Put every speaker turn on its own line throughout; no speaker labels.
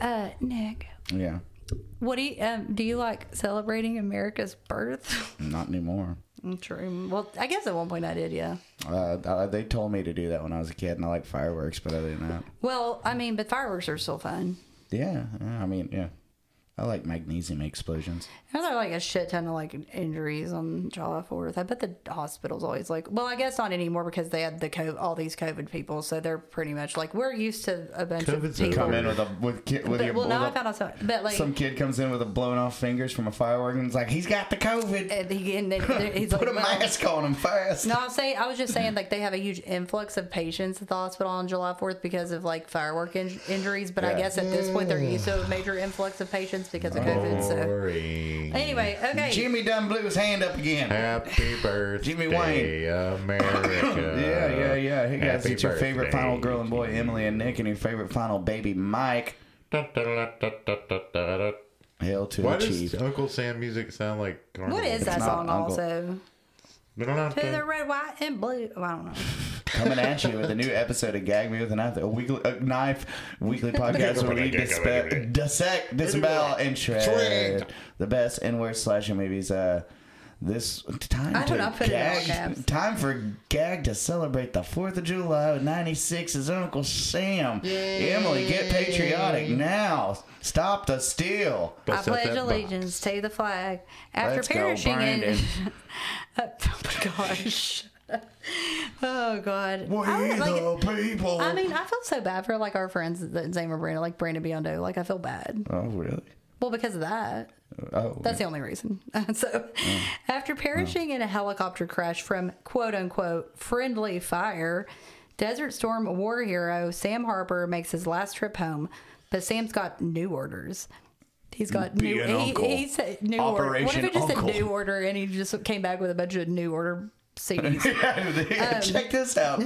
uh, Nick,
Yeah.
what do you um, do? You like celebrating America's birth?
Not anymore.
Mm, True. Well, I guess at one point I did. Yeah.
Uh, uh, they told me to do that when I was a kid, and I like fireworks, but other than that,
Well, I mean, but fireworks are still fun.
yeah, yeah, I mean, yeah, I like magnesium explosions.
I there like a shit ton of like injuries on July Fourth. I bet the hospital's always like, well, I guess not anymore because they had the COVID, all these COVID people, so they're pretty much like we're used to a bunch
COVID's
of people.
Come in with a with kid with,
but,
your,
well, now I
with
found
a,
out some, but like
some kid comes in with a blown off fingers from a firework, and it's like he's got the COVID.
and he, and they, he's
Put
like,
a
Eh, well,
mask on him fast.
No, I'm saying I was just saying like they have a huge influx of patients at the hospital on July 4th because of like firework in- injuries. But I
Yeah.
guess at this point they're used to a major influx of patients because of COVID. So
Oh.
Boring.
anyway, okay,
Jimmy done blew his hand up again.
Happy birthday,
Jimmy Wayne.
America.
Yeah, yeah, yeah. Hey guys,
Happy
it's your favorite
birthday
final girl and boy,
to
Emily and Nick, and your favorite final baby, Mike.
Da, da, da, da, da, da, da.
Hail to
Why
the chief.
does Uncle Sam music sound like carnival?
what is that
not
song
Uncle-
also?
Ba-da-da-da.
To the red, white, and blue. Oh, I don't know.
Coming at you with a new episode of Gag Me with a Knife, a weekly a knife weekly podcast where we dispe- dissect, disembowel, and shred the best and worst slasher movies. Uh, this time
I don't know, I
to
put it in all caps.
gag, time for gag to celebrate the Fourth of July with '96 is Uncle Sam. Emily, get patriotic now. Stop the steal.
I
Bust out
pledge
that
allegiance to the flag. After
Let's go,
perishing in.
Brandon.
oh my gosh. oh god.
We
I would, like-
the people.
I mean, I feel so bad for like our friends that Zane and Brandon, like Brandon Biondo. Like I feel bad.
oh really?
Well, because of that.
Oh,
That's the only reason. so, after perishing in a helicopter crash from quote unquote friendly fire, Desert Storm war hero Sam Harper makes his last trip home, but Sam's got new orders. He's got
Be
new.
an
he,
uncle.
he said new order. What if
Operation
it just
Uncle.
said new order and he just came back with a bunch of new order CDs? Um,
check this out.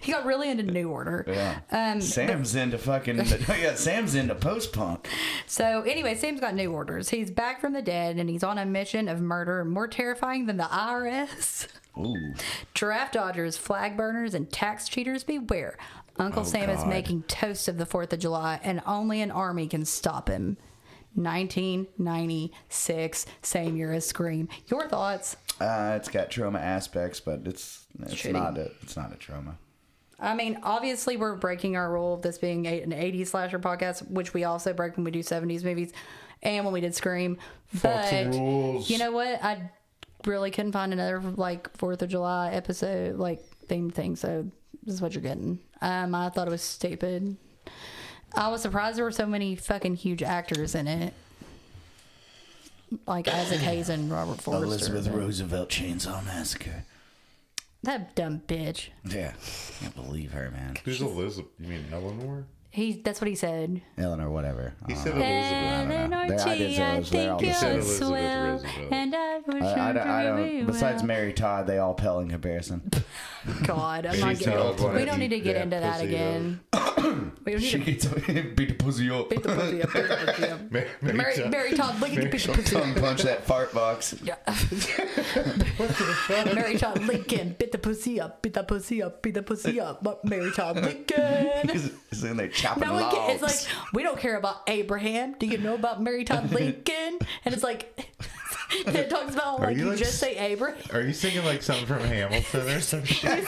he got really into new order.
Yeah.
Um,
Sam's into fucking. yeah, Sam's into post punk.
So, anyway, Sam's got new orders. He's back from the dead and he's on a mission of murder more terrifying than the IRS.
Ooh.
Giraffe dodgers, flag burners, and tax cheaters beware. Uncle Sam is
Oh, God.
making toast of the 4th of July and only an army can stop him. 1996, same year as Scream. Your thoughts?
Uh, it's got trauma aspects, but it's it's
Shitty.
not a it's not a trauma.
I mean, obviously, we're breaking our rule of this being a, an 80s slasher podcast, which we also break when we do 70s movies and when we did Scream.
the
But
rules.
you know what? I really couldn't find another like 4th of July episode, like theme thing. So this is what you're getting. Um, I thought it was stupid. I was surprised there were so many fucking huge actors in it. Like Isaac Hayes and Robert Forster.
Elizabeth Roosevelt Chainsaw Massacre.
That dumb bitch.
Yeah, can't believe her, man.
Who's Elizabeth? You mean Eleanor?
He. That's what he said.
Eleanor, whatever. Uh,
He
I
said
don't know.
Elizabeth.
Eleanor
There, I did
G, I
say Elizabeth. I
think
almost
said
you're
Elizabeth
swell,
Roosevelt.
and I wish
I,
I,
I don't- I
could
don't.
be
Besides
well.
Mary Todd, they all pale in comparison.
God, I'm not
She's all
getting,
about
we don't
you,
need to get
that
into that
pussy,
again. we don't need
she
to
gets beat the pussy up.
beat the pussy up. Beat the pussy up.
Mary, Mary
Mary,
Todd.
Mary Todd, lick it, beat the pussy
Tongue punch that fart box.
up. Mary Todd Lincoln, beat the pussy up, beat the pussy up, beat the pussy up. But Mary Todd Lincoln.
It's in there chopping
No one
logs.
can, it's like we don't care about Abraham. Do you know about Mary Todd Lincoln? And it's like it talks about like
you,
you,
like,
just say Abraham.
Are you singing like something from Hamilton or something?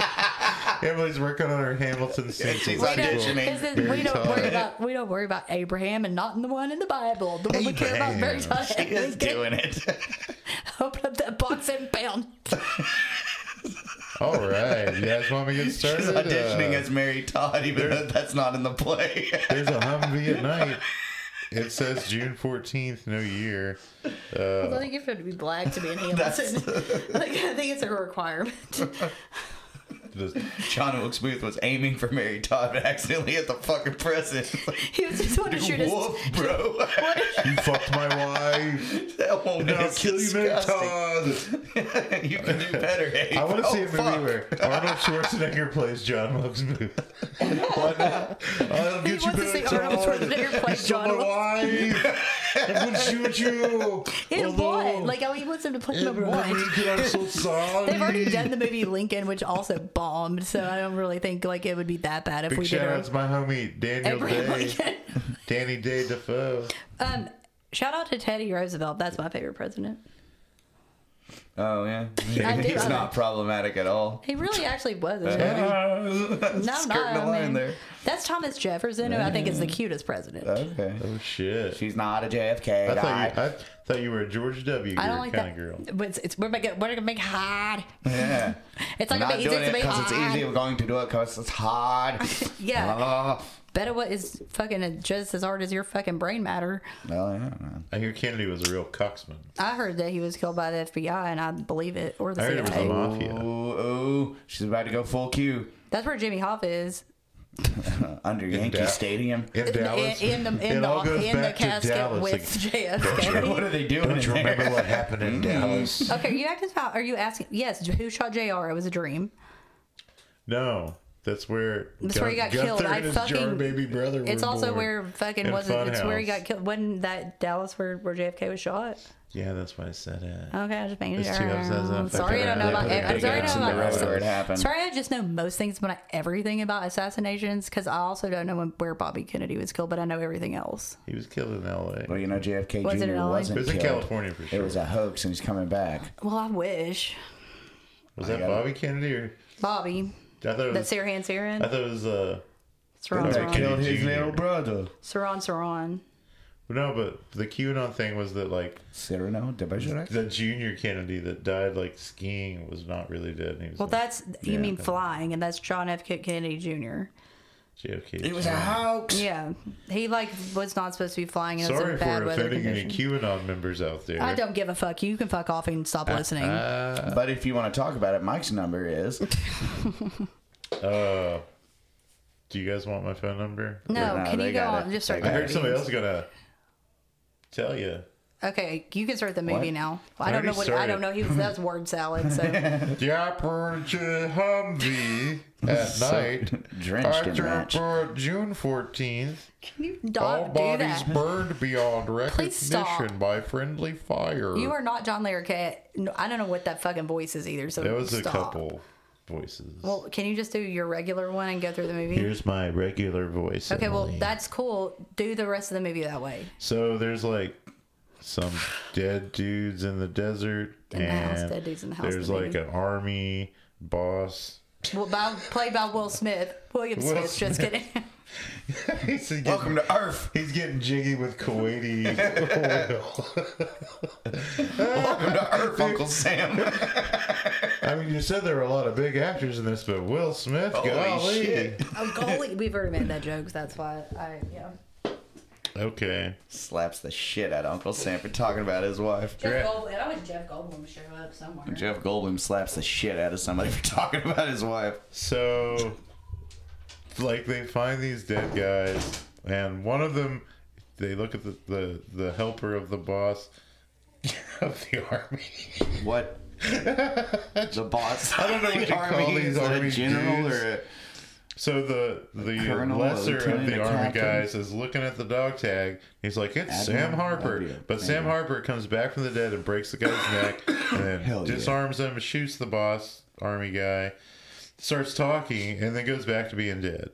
Emily's working on her Hamilton singing.
she's
We don't-
auditioning.
this is- we
Mary
don't worry
Todd.
about we don't worry about Abraham and not in the one in the Bible. The one we care about is Mary
Abraham.
Todd.
She is
Lincoln.
doing it.
Open up that box and pound.
All right, you guys want me to get started?
She's auditioning
Uh,
as Mary Todd, even though that's not in the play.
There's a Humvee at night. It says June 14th, no year.
I think you have to be black to be in Hamilton. like, I think it's a requirement.
Just-
John Wilkes Booth was aiming for Mary Todd, but accidentally hit the fucking president.
He was just wanting to shoot his.
Whoa, bro!
you fucked my wife.
that woman
Now
is
kill you, Mary
disgusting.
Todd.
you can do better, Abe.
I want to
Oh,
see a movie
fuck.
where Arnold Schwarzenegger plays John Wilkes Booth. Why not? I'll
He
get you
wants to
back,
see Arnold
Todd.
Schwarzenegger play
You stole
John
my
Wilkes.
wife. It would shoot you.
In
Although,
what? Like, oh, I would want them to play
in
number
what?
one.
I'm so sorry.
They've already done the movie Lincoln, which also bombed, so I don't really think like it would be that bad if
Big
we did
shout
a-
out to my homie Daniel
every
Day,
Lincoln.
Danny Day Defoe.
Um, shout out to Teddy Roosevelt. That's my favorite president.
Oh yeah,
I do
he's
love
not
it.
problematic at all.
He really actually wasn't.
no,
No,
skirting
no,
the
I
line
mean,
there.
That's Thomas Jefferson, who I think is the cutest president.
Okay,
Oh shit!
she's not a JFK. guy.
I thought you, I thought you were a George W.
I don't like
kind
that.
of girl.
But it's, it's we're making we're gonna make hard.
yeah.
It's like
We're
gonna
not
be easy
doing
to
it
make
because it's
hard.
easy. We're going to do it because it's hard.
Yeah.
Oh,
Better what is fucking just as hard as your fucking brain matter.
well, yeah, man.
I hear Kennedy was a real coxman.
I heard that he was killed by the FBI, and I believe it or the
I heard it was
CIA.
a mafia.
Ooh, ooh, Oh, she's about to go full Q
That's where Jimmy Hoffa is.
under Yankee
doubt.
Stadium.
In,
In the-
Dallas,
in, the in
it
the,
all goes
in the
back to
casket
Dallas.
with
Like,
what
JFK.
are they doing?
don't you
in there?
remember what happened
Mm.
in Dallas?
okay, you asked about. Are you asking? Yes, who shot Jr. It was a dream.
No, that's where
That's where he got killed. I
and his
fucking-
jar baby brother.
It's
were
also
born.
where fucking
in
wasn't. It's where he
Funhouse.
got killed. Wasn't that Dallas where, where JFK was shot?
Yeah, that's why I said it.
Okay, I just making
There's two episodes
sure.
of
Sorry, I don't
fucking-
know about.
They put a
I'm
big
sorry, I
axe
don't
in
know
the
about.
road
where it happened.
Sorry, I just know most things, but not everything about assassinations. Because I also don't know when, where Bobby Kennedy was killed, but I know everything else.
He was killed in L.A.
Well, you know, JFK
Was it
Jr.
in LA?
wasn't
It was in
killed.
California for sure.
It was a hoax, and he's coming back.
Well, I wish
Was that
got it.
Bobby Kennedy or
Bobby.
I thought it
That
was.
Sirhan
I
Saran.
thought it was uh
Saran
They
Saran.
killed- his little
brother,
Saran Saran.
no, but the QAnon thing was that like
Cyrano de Bergerac.
the junior Kennedy that died like skiing was not really dead. And he was
Well,
like,
that's you
Yeah.
mean flying, and that's John F. Kennedy Jr.
JFK.
It was a hoax.
Yeah, he like was not supposed to be flying, and it was
Sorry
in bad
for
weather
offending any
conditions.
QAnon members out there.
I don't give a fuck. You can fuck off and
Uh,
stop listening.
But if you want to talk about it, Mike's number is
Uh, do you guys want my phone number?
no,
No,
can
they
you go
got
on?
it.
Just start.
They
I
the
got
heard
movie.
somebody else gonna tell you.
Okay, you can start the movie
What?
now. I don't
already
know what I
started.
don't know. He was that was word salad. So
The Operator Humvee at night.
drenched in
after
ranch.
for June 14th,
can you
all
not do
bodies
that?
burned beyond
Please stop.
recognition by friendly fire.
You are not John Larroquette. No, I don't know what that fucking voice is either. So
there was
stop.
a couple voices.
Well, can you just do your regular one and go through the movie?
Here's my regular voice.
okay, well
Emily.
that's cool. Do the rest of the movie that way.
So there's like some dead dudes in the desert,
In the
and
house, dead dudes in the house,
There's
the
like
baby.
an army boss.
Well, by, played by Will Smith. William
Will
Smith. Just kidding.
he's, getting,
Welcome to Earth.
he's getting jiggy with Kuwaiti oil.
Welcome to Earth, Uncle Sam.
I mean, you said there were a lot of big actors in this, but Will Smith,
Holy
golly.
shit.
oh, golly, we've already made that joke. That's why I yeah.
Okay.
Slaps the shit out of Uncle Sam for talking about his wife.
Jeff
Great.
Goldblum. I wish Jeff Goldblum would show up somewhere.
Jeff Goldblum slaps the shit out of somebody for talking about his wife.
So, like, they find these dead guys, and one of them, they look at the, the, the helper of the boss of the army.
What? the boss.
I don't know what you call these
Is it
army
a general
dudes.
or a,
So the the
colonel, a
lesser of
lieutenant,
the
a
army
captain.
guys is looking at the dog tag. He's like, "It's Sam
Admiral,
Harper,"
that'd be it.
but Sam
Yeah.
Harper comes back from the dead and breaks the guy's neck, and then
Hell yeah.
disarms him, shoots the boss army guy, starts talking, and then goes back to being dead.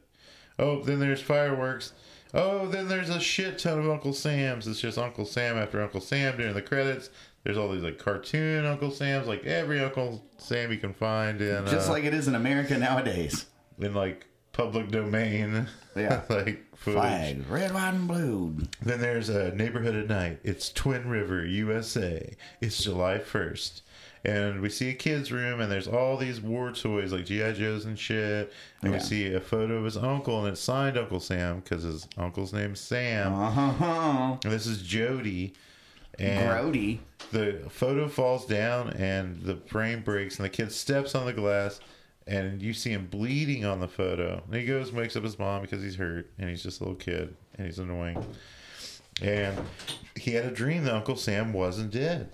Oh, then there's fireworks. Oh, then there's a shit ton of Uncle Sam's. It's just Uncle Sam after Uncle Sam during the credits. There's all these like cartoon Uncle Sam's, like every Uncle Sam you can find in
just
uh,
like it is in America nowadays.
in like public domain.
Yeah.
like footage.
Flag, red, white, and blue.
Then there's a neighborhood at night. It's Twin River, USA. It's July 1st. And we see a kid's room, and there's all these war toys like G.I. Joes and shit. And we
Yeah.
see a photo of his uncle, and it's signed Uncle Sam because his uncle's name's Sam.
Uh-huh.
And this is Jody. And
Grody.
the photo falls down and the frame breaks and the kid steps on the glass and you see him bleeding on the photo and he goes and wakes up his mom because he's hurt and he's just a little kid and he's annoying and he had a dream that uncle sam wasn't dead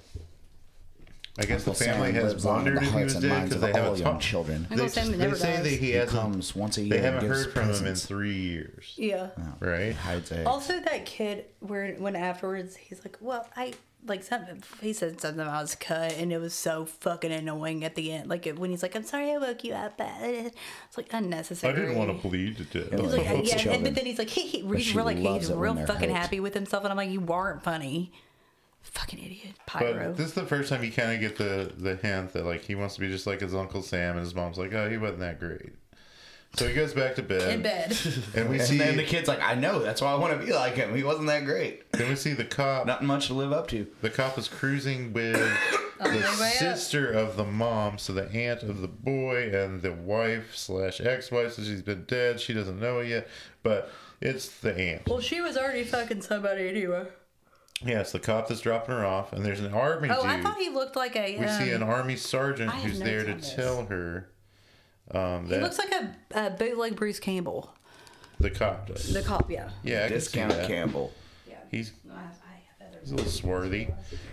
I guess
Uncle
the family
Sam
has
lives on in
wondered
the
if he
hearts
was
and
dead
minds
because
of
they
all
haven't
young
talked.
children.
They,
Uncle
just-
Sam
they
never
say that
dies.
he
He
hasn't.
comes once a year.
they
and
haven't
gives
heard from him in
presents.
three years,
Yeah.
right?
Hides eggs.
Also, that kid, where when afterwards he's like, "Well, I like something." He said something I was cut, and it was so fucking annoying at the end. Like it- when he's like, "I'm sorry, I woke you up," it's like
I
unnecessary.
didn't want to bleed to death.
He's
Well,
like,
it hates
yeah, and,
children.
but then he's like, he, he, he's
she
real, like,
loves
he's
it when
real
they're
fucking
hurt.
happy with himself, and I'm like, you weren't funny, fucking idiot, pyro.
But this is the first time you kind of get the the hint that like he wants to be just like his uncle Sam, and his mom's like, "Oh, he wasn't that great." So he goes back to bed,
in bed,
and we
and
see
then the kid's like, I know, that's why I want to be like him. He wasn't that great.
then we see the cop.
Not much to live up to.
The cop is cruising with the
way up.
sister of the mom, so the aunt of the boy and the wife slash ex-wife. So she's been dead. She doesn't know it yet, but it's the aunt.
well, she was already fucking somebody anyway.
Yes, the cop that's dropping her off, and there's an army
Oh,
dude.
I thought he looked like a.
we
um,
see an army sergeant
I have
who's there to
notes on this.
tell her um,
he
that
looks like a, a bootleg Bruce Campbell.
the cop does.
The cop, yeah.
Yeah, I can see
Discount
that.
Campbell.
He's
No, I, I have
He's a little swarthy.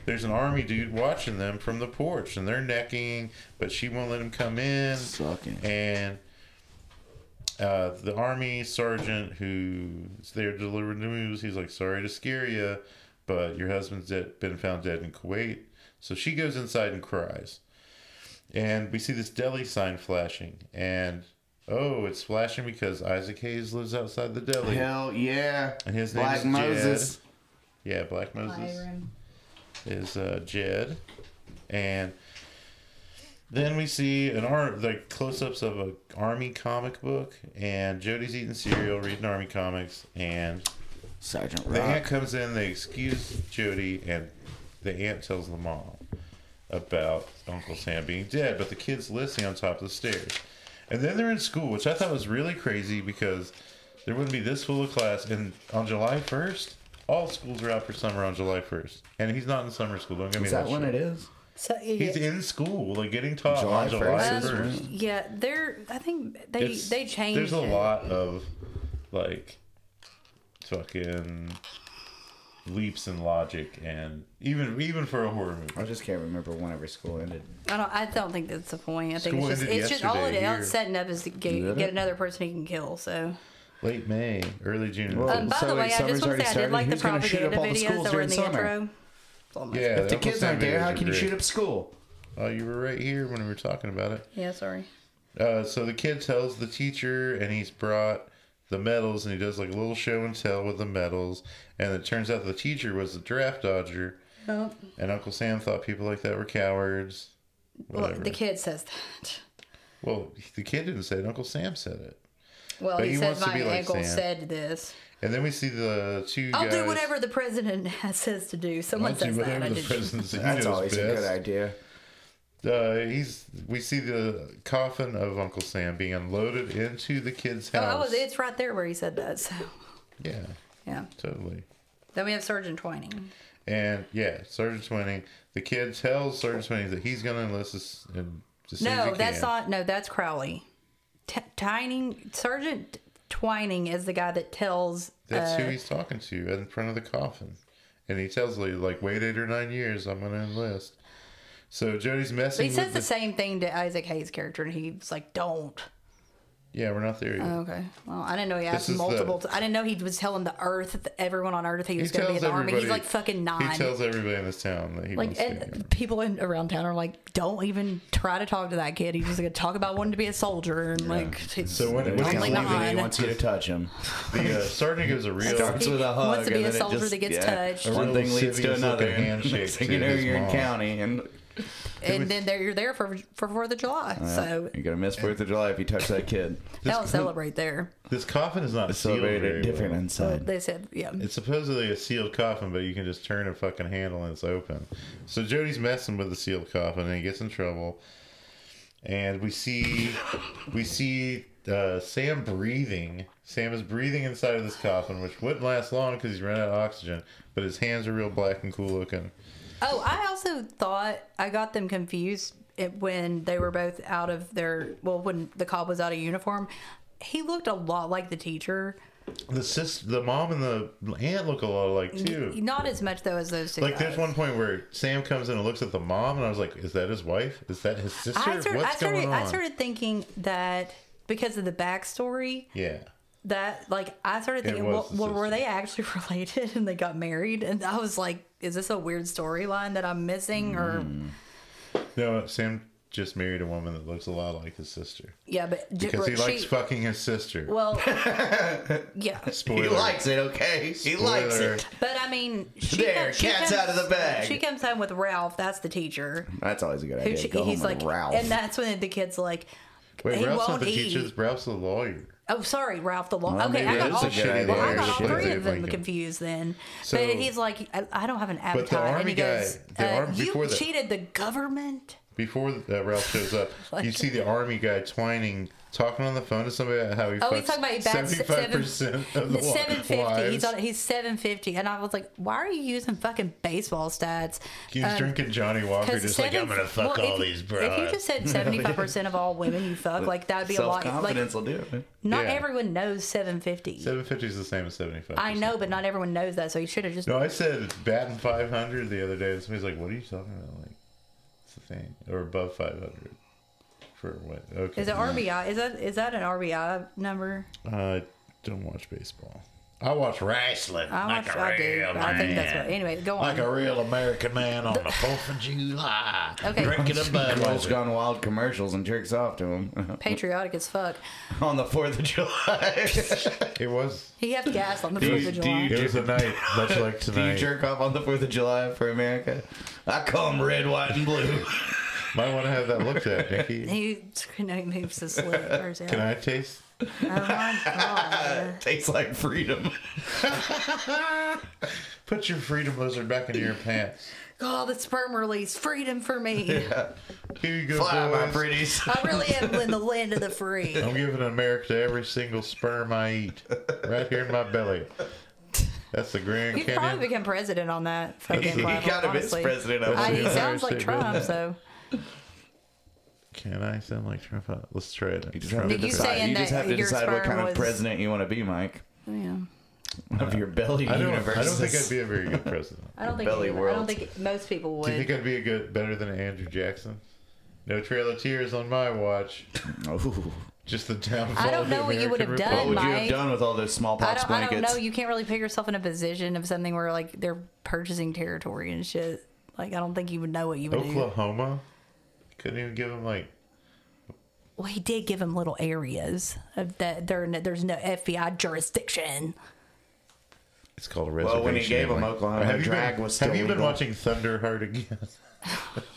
There's an army dude watching them from the porch, and they're necking, but she won't let him come in.
Sucking.
And uh, the army sergeant who's there delivering the news, he's like, "Sorry to scare you, but your husband's dead, been found dead in Kuwait." So she goes inside and cries, and we see this deli sign flashing, and oh, it's flashing because Isaac Hayes lives outside the deli.
Hell yeah.
And his name
Black
is Jed.
Moses.
Yeah, Black Moses
Byron.
is uh, Jed, and then we see an ar- like close-ups of a army comic book, and Jody's eating cereal, reading army comics, and
Sergeant
the aunt
Rock.
comes in. They excuse Jody, and the aunt tells the mom about Uncle Sam being dead, but the kid's listening on top of the stairs, and then they're in school, which I thought was really crazy because there wouldn't be this full of class, and on July first. All schools are out for summer on July first, and he's not in summer school. Don't get me
Is that
that
when
shit.
it is?
So, yeah.
He's in school, like getting taught
July
on July
1st
first.
is
Um, yeah, they're. I think they
It's-
they changed.
There's a
it.
lot of like fucking leaps in logic, and even even for a horror movie.
I just can't remember whenever school ended.
I don't. I don't think that's the point. I think
School
it's just
ended
it's just all it
yesterday
is
here.
setting up is to get,
Did
get
it?
another person he can kill. So
Late May, early June.
Well,
um, by
so
the way,
wait,
I
summer's
just want
already
to say I did
started.
like the
Who's gonna shoot
propaganda
up all the
videos
schools
that were in
during
the
summer?
intro. It's all nice.
yeah,
If the kids aren't there, how can you shoot up school?
Oh, you were right here when we were talking about it.
Yeah, sorry.
Uh, so the kid tells the teacher, and he's brought the medals, and he does like a little show and tell with the medals. And it turns out the teacher was the draft dodger,
Well,
and Uncle Sam thought people like that were cowards.
well,
Whatever.
the kid says that.
Well, the kid didn't say it. Uncle Sam said it.
Well,
But
he,
he
says
wants to
my
be like
uncle
Sam.
said this.
And then we see the 2
I'll
guys.
do whatever the president says to do. Someone
I'll do
says that.
whatever
I
the
didn't-
president says.
That's always a good
best.
idea.
Uh, he's. We see the coffin of Uncle Sam being unloaded into the kid's
Oh,
house.
I was, it's right there where he said that. So
Yeah,
yeah.
totally.
Then we have Sergeant Twining.
And yeah, Sergeant Twining. The kid tells Sergeant Twining that he's gonna enlist us. And as soon as
No,
he
that's
can.
not. No, that's Crowley. T- Twining, Sergeant Twining is the guy that tells.
That's
uh,
who he's talking to in front of the coffin. And he tells Lee, like, wait eight or nine years, I'm gonna enlist. So Jody's messing
he
with
says
the-
the same thing to Isaac Hayes' character, and he's like, "Don't."
Yeah, we're not there yet.
Okay. Well, I didn't know he asked
is the-
multiple. I I didn't know he was telling the Earth, that everyone on Earth, he was
he
going to be in
tells
the army.
everybody.
He's like fucking nine.
He tells everybody in this town that he
like
wants to. be in the
and people in around town are like, "Don't even try to talk to that kid. He's just going to talk about wanting to be a soldier." And like, it's,
So when, when
He's
Only
leaving
he's
nine.
and he wants you to touch him.
leaving, the uh, sergeant gives a real,
Starts
He
with a hug.
wants to be
and
a
then it
soldier
just-
that gets
yeah.
touched. A
One
real
thing leads to
civil's
another.
looking
and
handshake
next thing
to
you know,
his
you're in
mom.
county, and
and then they're, you're there for for Fourth of July,
Uh,
so
you're gonna miss Fourth of July if you touch that kid.
they'll celebrate there.
this coffin is not
So
sealed very
very different
well.
inside.
They said, "Yeah."
It's supposedly a sealed coffin, but you can just turn a fucking handle and it's open. So Jody's messing with the sealed coffin and he gets in trouble. And we see, we see uh, Sam breathing. Sam is breathing inside of this coffin, which wouldn't last long because he's run out of oxygen. But his hands are real black and cool looking.
Oh, I also thought I got them confused it- when they were both out of their well, when the cop was out of uniform. He looked a lot like the teacher.
The sis, the mom and the aunt look a lot alike too.
Not as much though as those two.
Like there's
guys.
one point where Sam comes in and looks at the mom, and I was like, "Is that his wife? Is that his sister?
I started,
What's
I, started,
going on?"
I started thinking that because of the backstory,
yeah,
that like I started
It
thinking, well,
was the
well, were
sister.
they actually related and they got married? And I was like, is this a weird storyline that I'm missing? Or
Mm. no, Sam just married a woman that looks a lot like his sister
yeah, but j-
because he
she-
likes fucking his sister.
well, yeah,
Spoiler.
He likes it, okay? He likes
Spoiler.
it.
but I mean, she
There,
she
cat's out of the bag.
She comes home with Ralph. That's the teacher.
That's always a good
Who
idea.
she,
Go home
he's like,
with Ralph.
and that's when the kid's like,
Wait,
he
Ralph's not
won't
the
eat.
teacher. Ralph's the lawyer.
Oh, sorry, Ralph the law.
Well,
okay,
maybe
I
it
got
is
all,
a good
well, I
idea.
got all
Shit.
three of them
Like,
confused then.
So-
but he's like, I, I don't have an appetite. and
army
he goes,
guy- the
uh,
arm-
you
before the-
cheated the government.
Before uh, Ralph shows up, you see the army guy twining, talking on the phone to somebody about how he
Oh,
fucks
he's talking about he bats
seventy-five
seven-
percent of the
The seven fifty. He's
wives.
on, he's seven fifty, and I was like, "Why are you using fucking baseball stats?"
He's
Um,
drinking Johnny Walker,
'cause
just like
seven-
I'm gonna fuck
well,
all
if-
these
If you
broads.
just said seventy five percent of all women you fuck, like that'd be a lot. Like
Self-confidence will do it.
not
Yeah.
everyone knows seven fifty.
Seven fifty is the same as seventy-five.
I know, but not everyone knows that, so you should have just
No, I said batting 500 the other day, and somebody's like, "What are you talking about?" Like, it's the thing, or above 500 for what? Okay, Uh,
Is it RBI? Is that is that an RBI number?
I don't watch baseball. I watch wrestling
I
like
watch-
a
I do.
real man.
I think that's what. Anyway, go on.
like a real American man on the Fourth of July,
Okay.
drinking
Girls
a Budweiser.
Gone Wild commercials and jerks off to him
Patriotic as fuck.
on the 4th of July.
It was.
He have gas on the
Do you-
Fourth of
do
July.
you-
It was a night much like
Do you
tonight.
jerk off on the 4th of July for America? I call 'em red, white, and blue.
Might want to have that looked at, Nikki.
He, you know, he moves his lip. Or
Can I taste?
Oh my god!
Tastes like freedom.
Put your freedom lizard back into your pants.
Oh, the sperm release, freedom for me.
Here you go,
Fly, my
boys.
pretties.
I really am in the land of the free.
I'm giving America to every single sperm I eat, right here in my belly. That's the Grand
He'd probably
Canyon.
become president on that
He
fucking level.
kind of is
honestly.
president of
I,
it.
he sounds like
Seriously,
Trump,
man.
so
Can I sound like Trump? Let's try it.
You just have
Trump.
to
Did you
decide,
saying
you just
that
have to
your
decide what
sperm
kind of
was-
president you want to be, Mike.
yeah.
Of your belly
I don't.
universe.
I don't think I'd be a very good president.
I don't think
Belly
he- I don't
world.
think most people
Do you
would.
think I'd be a good, better than Andrew Jackson? No Trail of Tears on my watch.
Ooh.
Just the downfall.
I don't
of the
know what you would
American
have
What
done,
would
Republic.
you
Mike.
have done with all those
I
smallpox
don't, I don't
blankets?
know. You can't really put yourself in a position of something where like they're purchasing territory and shit. Like I don't think you would know what you would do.
Oklahoma couldn't even give him like.
Well, he did give him little areas of that there there's no FBI jurisdiction.
It's called a reservation.
Well, when he gave him
anyway.
Oklahoma,
have you
drag
been,
was still
Have you been
legal.
watching Thunderheart again?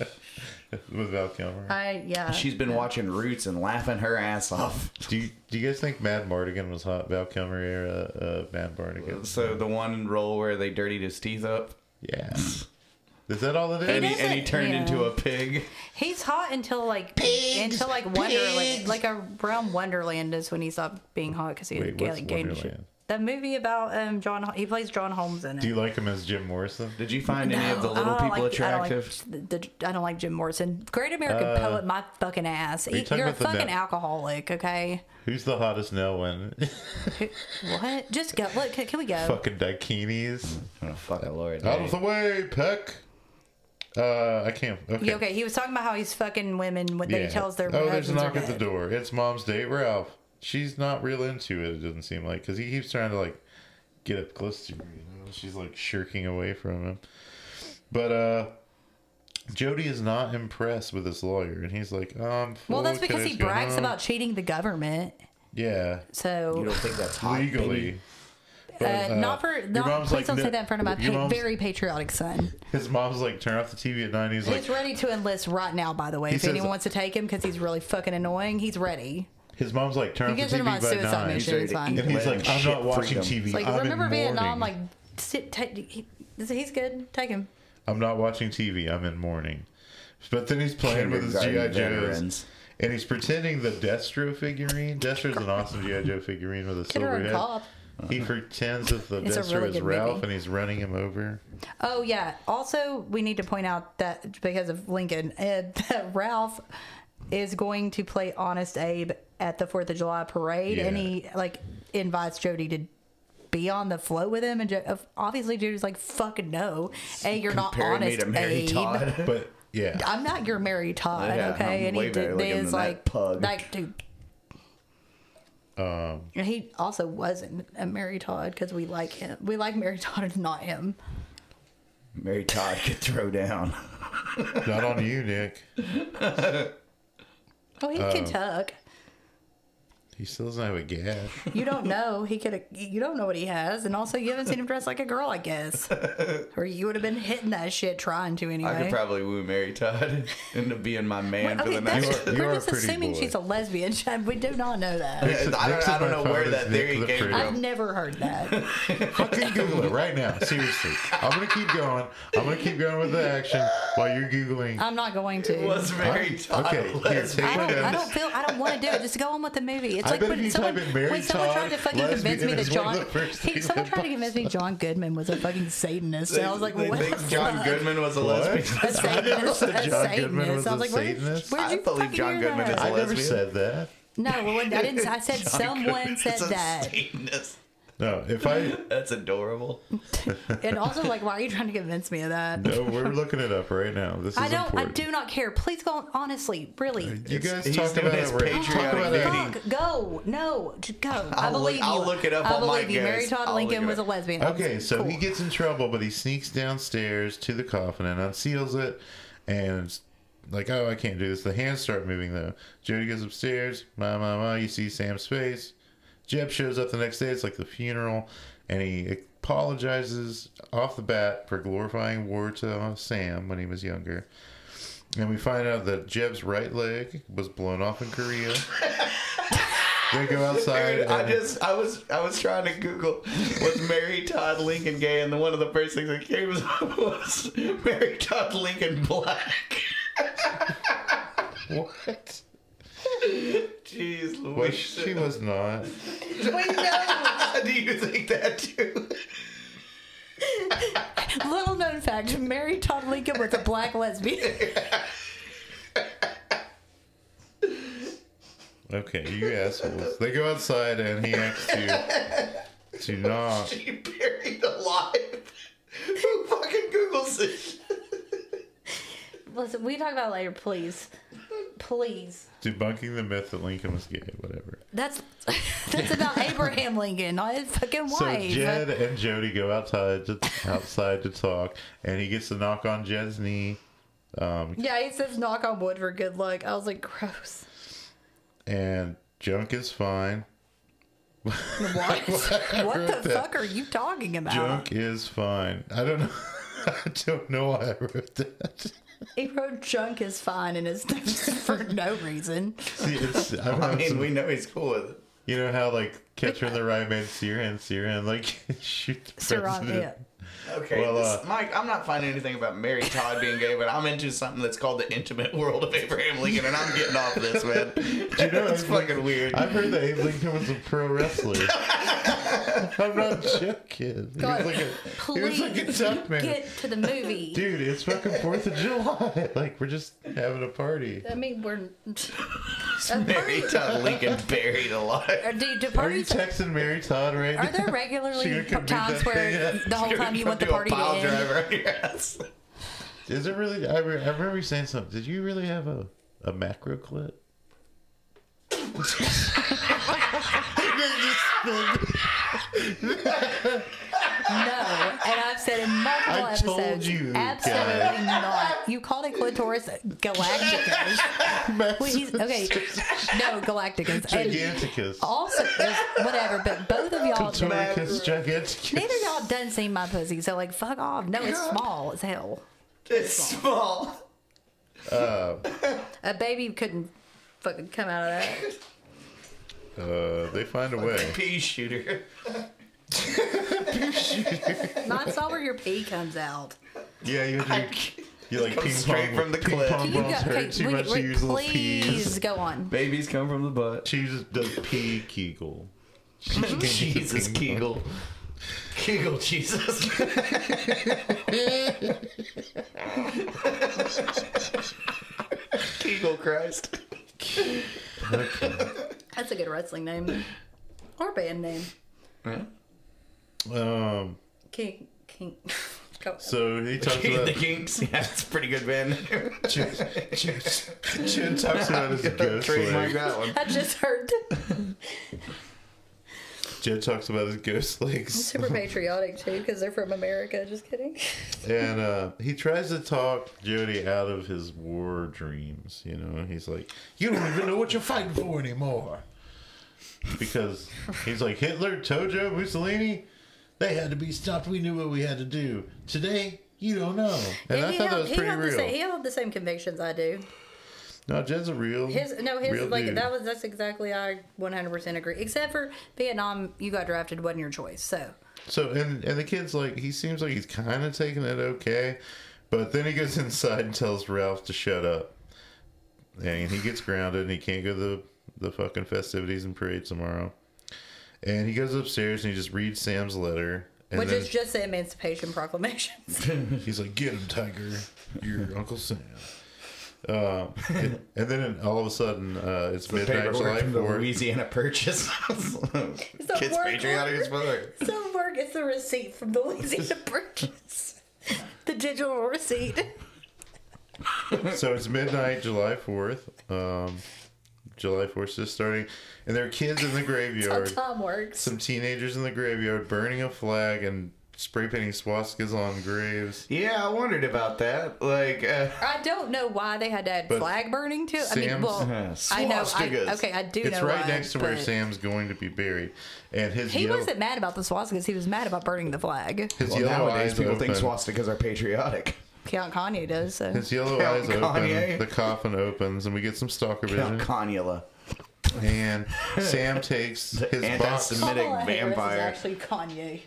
With Val Kilmer.
I yeah.
She's been watching Roots and laughing her ass off.
Do you, do you guys think Mad Mardigan was hot? Val Kilmer era uh, Mad Mardigan.
So the one role where they dirtied his teeth up,
yeah. Is that all it
and
is?
he, and he
doesn't-
turned
yeah.
into a pig.
He's hot until like
Pigs,
until like Wonderland,
pigs.
like around Wonderland is when he stopped being hot because he
Wait,
ga-
what's
like, gained shit.
Wonderland?
That movie about um John, he plays John Holmes in it.
Do you like him as Jim Morrison?
Did you find any of the
Oh, I
little
don't
people
like-
attractive?
I don't, like, the, I don't like Jim Morrison. Great American Poet, my fucking ass.
Uh, you
You
talking
are a
about the
fucking
net-
alcoholic, okay?
Who's the hottest now one?
Who- what? Just go. Look, can, can we go?
Fucking Dakinis.
Mm-hmm.
oh, fuck that Lord.
Out of the way, Peck. Uh, I can't. Okay.
Yeah, okay, he was talking about how he's fucking women when that he
Yeah.
tells their
Oh, there's a
husbands are
knock at the
dead.
door. It's Mom's date, Ralph. She's not real into it. It doesn't seem like because he keeps trying to like get up close to her. You know? She's like shirking away from him. But uh, Jody is not impressed with this lawyer, and he's like, um.
Well, that's because he brags about cheating the government.
Yeah,
You
So,
don't think that's hot? baby?
legally.
uh,
But, uh,
not for,
your
not,
mom's
please
like,
don't
"No."
say that in front of my
Your
pa-
mom's-
very patriotic son.
His mom's like, turn off the TV at nine. He's like,
He's ready to enlist right now, by the way. If
says-
anyone wants to take him because he's really fucking annoying, he's ready.
his mom's like, turn
He
off the
gives him
TV
on
by
suicide
nine.
mission. It's fine.
And he's like, I'm
Shit
not watching
freedom.
TV.
It's like,
I'm in
remember Vietnam?
mourning."
Like, sit, take, he, he's good. Take him.
I'm not watching TV. I'm in mourning. But then he's playing with his GI
Kindergarten
Joes,
veterans.
and he's pretending the Destro figurine. Destro's an awesome GI Joe figurine with a silver
Kindergarten
head.
Cop.
He pretends that the
It's a
Destro
really
is
good
Ralph,
movie.
and he's running him over.
Oh yeah. Also, we need to point out that because of Lincoln, uh, that Ralph is going to play Honest Abe at the Fourth of July parade, and
Yeah.
he like invites Jody to just be on the float with him? And Joe, obviously, Judy's like, fucking no. A, you're not
Comparing me
honest,
to Mary
Abe.
Todd.
But yeah,
I'm not your Mary Todd,
Yeah,
okay?
I'm
and
way
he
better
did
looking
this
than that
like,
pug.
like, dude. Um, he also wasn't a Mary Todd because we like him. We like Mary Todd and not him.
Mary Todd could throw down.
not on you, Nick.
Oh, he
Um,
could tuck.
He still doesn't have a gash.
You don't know. He could. You don't know what he has, and also you haven't seen him dress like a girl, I guess. or you would have been hitting that shit trying to anyway.
I could probably woo Mary Todd into being my man for
okay,
the night.
that's,
You are- you
we're
are a
just
pretty
assuming
boy.
she's a lesbian, Chad. We do not know that.
I don't- I
Nick's
don't
my
know where
favorite
that
Nick
theory
the
came
Pretty.
from.
I've never heard that.
Fucking Google it right now. Seriously. I'm going to keep going. I'm going to keep going with the action while you're Googling.
I'm not going to.
Was Mary Todd
Okay, here,
lesbian?
I
take
don't, I
Yes.
don't feel I don't want to do it. Just go on with the movie. It's
I
like
bet if
when
you
someone
type in Mary
when someone tried
Todd,
to fucking
lesbian,
convince me that
it's one of
John
the first
he,
things
someone
that
tried to convince me John Goodman was a fucking Satanist. And I was like,
they
what?
think John Goodman was a
What?
lesbian.
A Satanist.
that
A
John Goodman
Satanist.
was
I
a
was like, where,
Satanist.
where'd
I
you
believe
fucking
John
hear
Goodman is
that?
a
I never
lesbian.
said that.
No, well, I didn't. I said someone said
It's a
that.
Satanist.
No, if I.
That's adorable.
And also, like, why are you trying to convince me of that?
No, we're looking it up right now. This is
I don't. I
important.
do not care. Please go. on- Honestly, really.
You
It's-
guys
he's
talk
doing
about
his
it. Rick. Talk
patriotic
about
duty.
it.
Fuck, go. No, just go. I
I'll look-
believe you.
I'll look it up
I
while
believe
Mike
you. Mary
goes.
Todd
I'll look
Lincoln
it
was a
up.
lesbian.
Okay, so
Cool.
he gets in trouble, but he sneaks downstairs to the coffin and unseals it, and it's like, oh, I can't do this. The hands start moving though. Jody goes upstairs. Ma, ma, ma. You see Sam's face. Jeb shows up the next day. It's like the funeral, and he apologizes off the bat for glorifying war to uh, Sam when he was younger. And we find out that Jeb's right leg was blown off in Korea. they go outside.
Dude, I
and-
just I was I was trying to Google was Mary Todd Lincoln gay, and the one of the first things that came was, was Mary Todd Lincoln black.
what?
Jeez
Well,
Louise,
she was not.
do you think that too?
Little known fact: Mary Todd Lincoln was a black lesbian.
Okay, you assholes. They go outside and he acts to to not.
She buried alive. Who fucking Googles this?
Listen, we talk about it later, please, please.
Debunking the myth that Lincoln was gay, whatever.
That's that's about Abraham Lincoln, not his fucking
So
wife.
Jed and Jody go outside to outside to talk, and he gets to knock on Jed's knee,
yeah, he says knock on wood for good luck. I was like, gross.
and Junk is fine.
What? what
wrote
the
that.
fuck are you talking about?
Junk is fine. I don't know. I don't know why I wrote that.
He wrote junk is fine in his notes for no reason.
See, it's, I've
I
had
mean,
some-
we know he's cool with it.
you know how like catcher in the rye man, sear and sear and like shoot the
Sarah,
president.
yeah.
Okay,
Well,
this-
uh,
Mike, I'm not finding anything about Mary Todd being gay, but I'm into something that's called the intimate world of Abraham Lincoln, and I'm getting off this, man.
You know,
It's
I've-
fucking weird.
I've heard that Abe Lincoln was a pro wrestler. I'm not joking. He was
God,
like a, he was
please
like a tough man.
get to the movie.
Dude, it's fucking 4th of July. Like, we're just having a party.
I mean, we're A
Mary
party-
Todd Lincoln buried alive.
Or do, do
Are you
parties?
texting Mary Todd right
Are there
now? She
regularly
gonna come beat
times
that
where
thing up?
the whole time you want the
Do a
party to
pile
end?
driver on your ass.
Is it really? I, re- I remember you saying something. Did you really have a, a macro clit?
No, and I've said in multiple
I told
episodes,
you,
absolutely not. You called it clitoris galacticus. Wait, he's okay. No, galacticus. And
Giganticus.
also, there's- whatever. But both of y'all,
Toricus giganticus.
neither of y'all done seen my pussy, so like, fuck off. No, it's small as hell.
It's small.
A baby couldn't fucking come out of that.
Uh, they find a way.
Pea shooter.
Not saw where your pee comes out.
Yeah, you have to. You like
Comes
ping
straight
pong
from the
ping
clip.
pong
You go,
balls
okay,
hurt too
wait,
much to
wait,
use little peas.
please go on.
Babies come from the butt.
She just does pee kegel.
Jesus Kegel. Kegel Jesus. Kegel Christ.
That's a good wrestling name or band name.
Um,
King, king. Go.
so he talks
King of the
about
Kinks. Yeah, it's a pretty good band.
Jen, Jen, Jen talks about his ghost
Trademark
legs.
that one.
I just heard
Jen talks about his ghost legs.
super patriotic too because they're from America. Just kidding.
and uh, he tries to talk Jody out of his war dreams. You know, he's like, "You don't even know what you're fighting for anymore," because he's like Hitler, Tojo, Mussolini. They had to be stopped. We knew what we had to do. Today, you don't know. And I
he
thought that
held-
was
he
pretty
held The same, he
real.
held the same convictions I do.
No, Jed's a real.
His no, his
real
like
dude.
that was that's exactly I 100% agree. Except for Vietnam, you got drafted wasn't your choice. So
So and and the kid's like he seems like he's kind of taking it okay, but then he goes inside and tells Ralph to shut up, and he gets grounded and he can't go to the the fucking festivities and parade tomorrow, and he goes upstairs and he just reads Sam's letter. And
which
then
is just the Emancipation Proclamation.
he's like, "Get him, Tiger! Your Uncle Sam." Uh, and, and then all of a sudden, uh, it's midnight,
Paperwork
July
from the
Fourth.
Louisiana Purchase. Kids
work
patriotic
order.
as mother.
so work it's the receipt from the Louisiana Purchase, the digital receipt.
so it's midnight, July Fourth. Um, July Fourth is just starting, and there are kids in the
How
graveyard.
Tom works.
some teenagers in the graveyard burning a flag and spray painting swastikas on graves.
Yeah, I wondered about that. Like, uh,
I don't know why they had to add
But
flag burning too. I mean,
Sam's-
well, I know.
Swastikas.
I, okay, I do
It's
know.
right
why,
next to where
but
Sam's going to be buried, and his
He
yellow,
wasn't mad about the swastikas. He was mad about burning the flag.
his
well,
yellow
nowadays
eyes
people
open.
think swastikas are patriotic.
Count Kanye does. So.
his yellow
Count
eyes open.
Kanye.
The coffin opens, and we get some stalker
Count
vision.
Conula,
And Sam takes his box.
anti-Semitic
Kamala Harris
vampire.
is actually Kanye.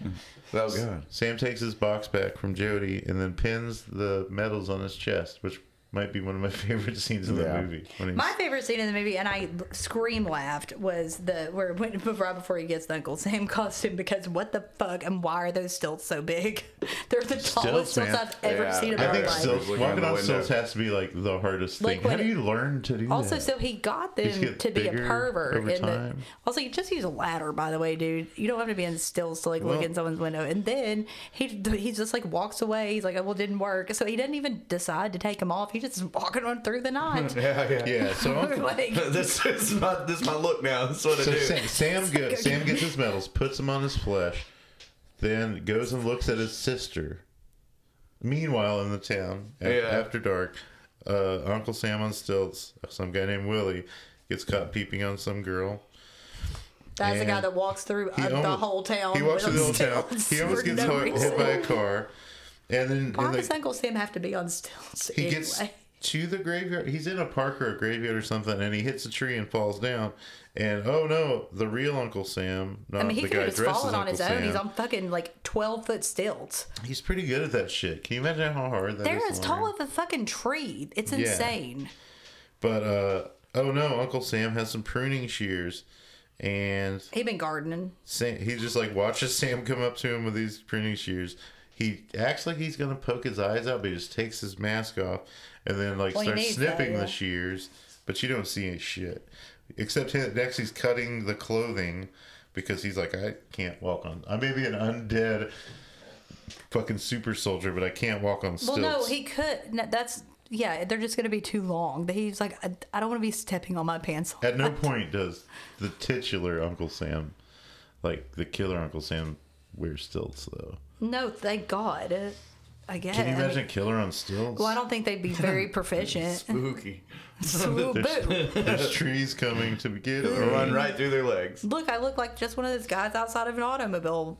Oh god.
Sam takes his box back from Jody, and then pins the medals on his chest, which might be one of my favorite scenes in
Yeah.
the movie. When he's-
My favorite scene in the movie, and I scream laughed, was the where when, right before he gets the Uncle Sam costume because what the fuck and why are those stilts so big? They're the tallest stilts
man.
I've ever
Yeah.
seen in
I
my
I think
life.
stilts,
Looking out
walking
the
on
window.
stilts has to be like the hardest
Like
thing. How
when-
do you learn to do
Also,
that?
so he got
These
them
get
to be a
bigger
pervert.
over
in the-
time.
also, you just use a ladder, by the way, dude. You don't have to be in stills to like look
Well-
in someone's window. And then he he just like walks away. He's like, "Oh, well, it didn't work." So he doesn't even decide to take them off. He's just walking on through the night.
Yeah, yeah.
Yeah, so Uncle,
like,
this is my this is my look now. This is what I
so
do.
Sam, Sam, go,
like a-
Sam gets his medals, puts them on his flesh, then goes and looks at his sister. Meanwhile, in the town, a-
Yeah.
after dark, uh, Uncle Sam on stilts, some guy named Willie, gets caught peeping on some girl.
that's the guy
And
that walks through uh, the
almost-
whole town.
He walks
with
through the whole town.
stilts
He
for
almost gets
no
hit,
reason.
hit by a car. And then
Why
and
does
the-
Uncle Sam have to be on stilts?
he
anyway?
gets to the graveyard. He's in a park or a graveyard or something, and he hits a tree and falls down. And oh no, the real Uncle Sam, not
I mean, he
uh, the
could
guy
have just
dressed as
fallen
Uncle
on his
Sam.
own. He's on fucking like twelve foot stilts.
He's pretty good at that shit. Can you imagine how hard that
They're
is
as
to
tall
learn?
as a fucking tree. It's insane.
But uh, oh no, Uncle Sam has some pruning shears, and
He been gardening.
Sam, he just like watches Sam come up to him with these pruning shears. He acts like he's gonna poke his eyes out, but he just takes his mask off and then like
Well, he
starts
needs that,
snipping
yeah.
the shears. But you don't see any shit, except him, next he's cutting the clothing because he's like, I can't walk on. I may be an undead fucking super soldier, but I can't walk on
Well,
stilts.
no, he could. No, that's yeah. They're just gonna be too long. He's like, I, I don't want to be stepping on my pants.
At no point does the titular Uncle Sam, like the killer Uncle Sam, wear stilts though.
No, thank God. I guess.
Can you imagine a killer on stilts?
well, I don't think they'd be very proficient.
Spooky.
Swoop, boo.
There's trees coming to get me.
Run right through their legs.
Look, I look like just one of those guys outside of an automobile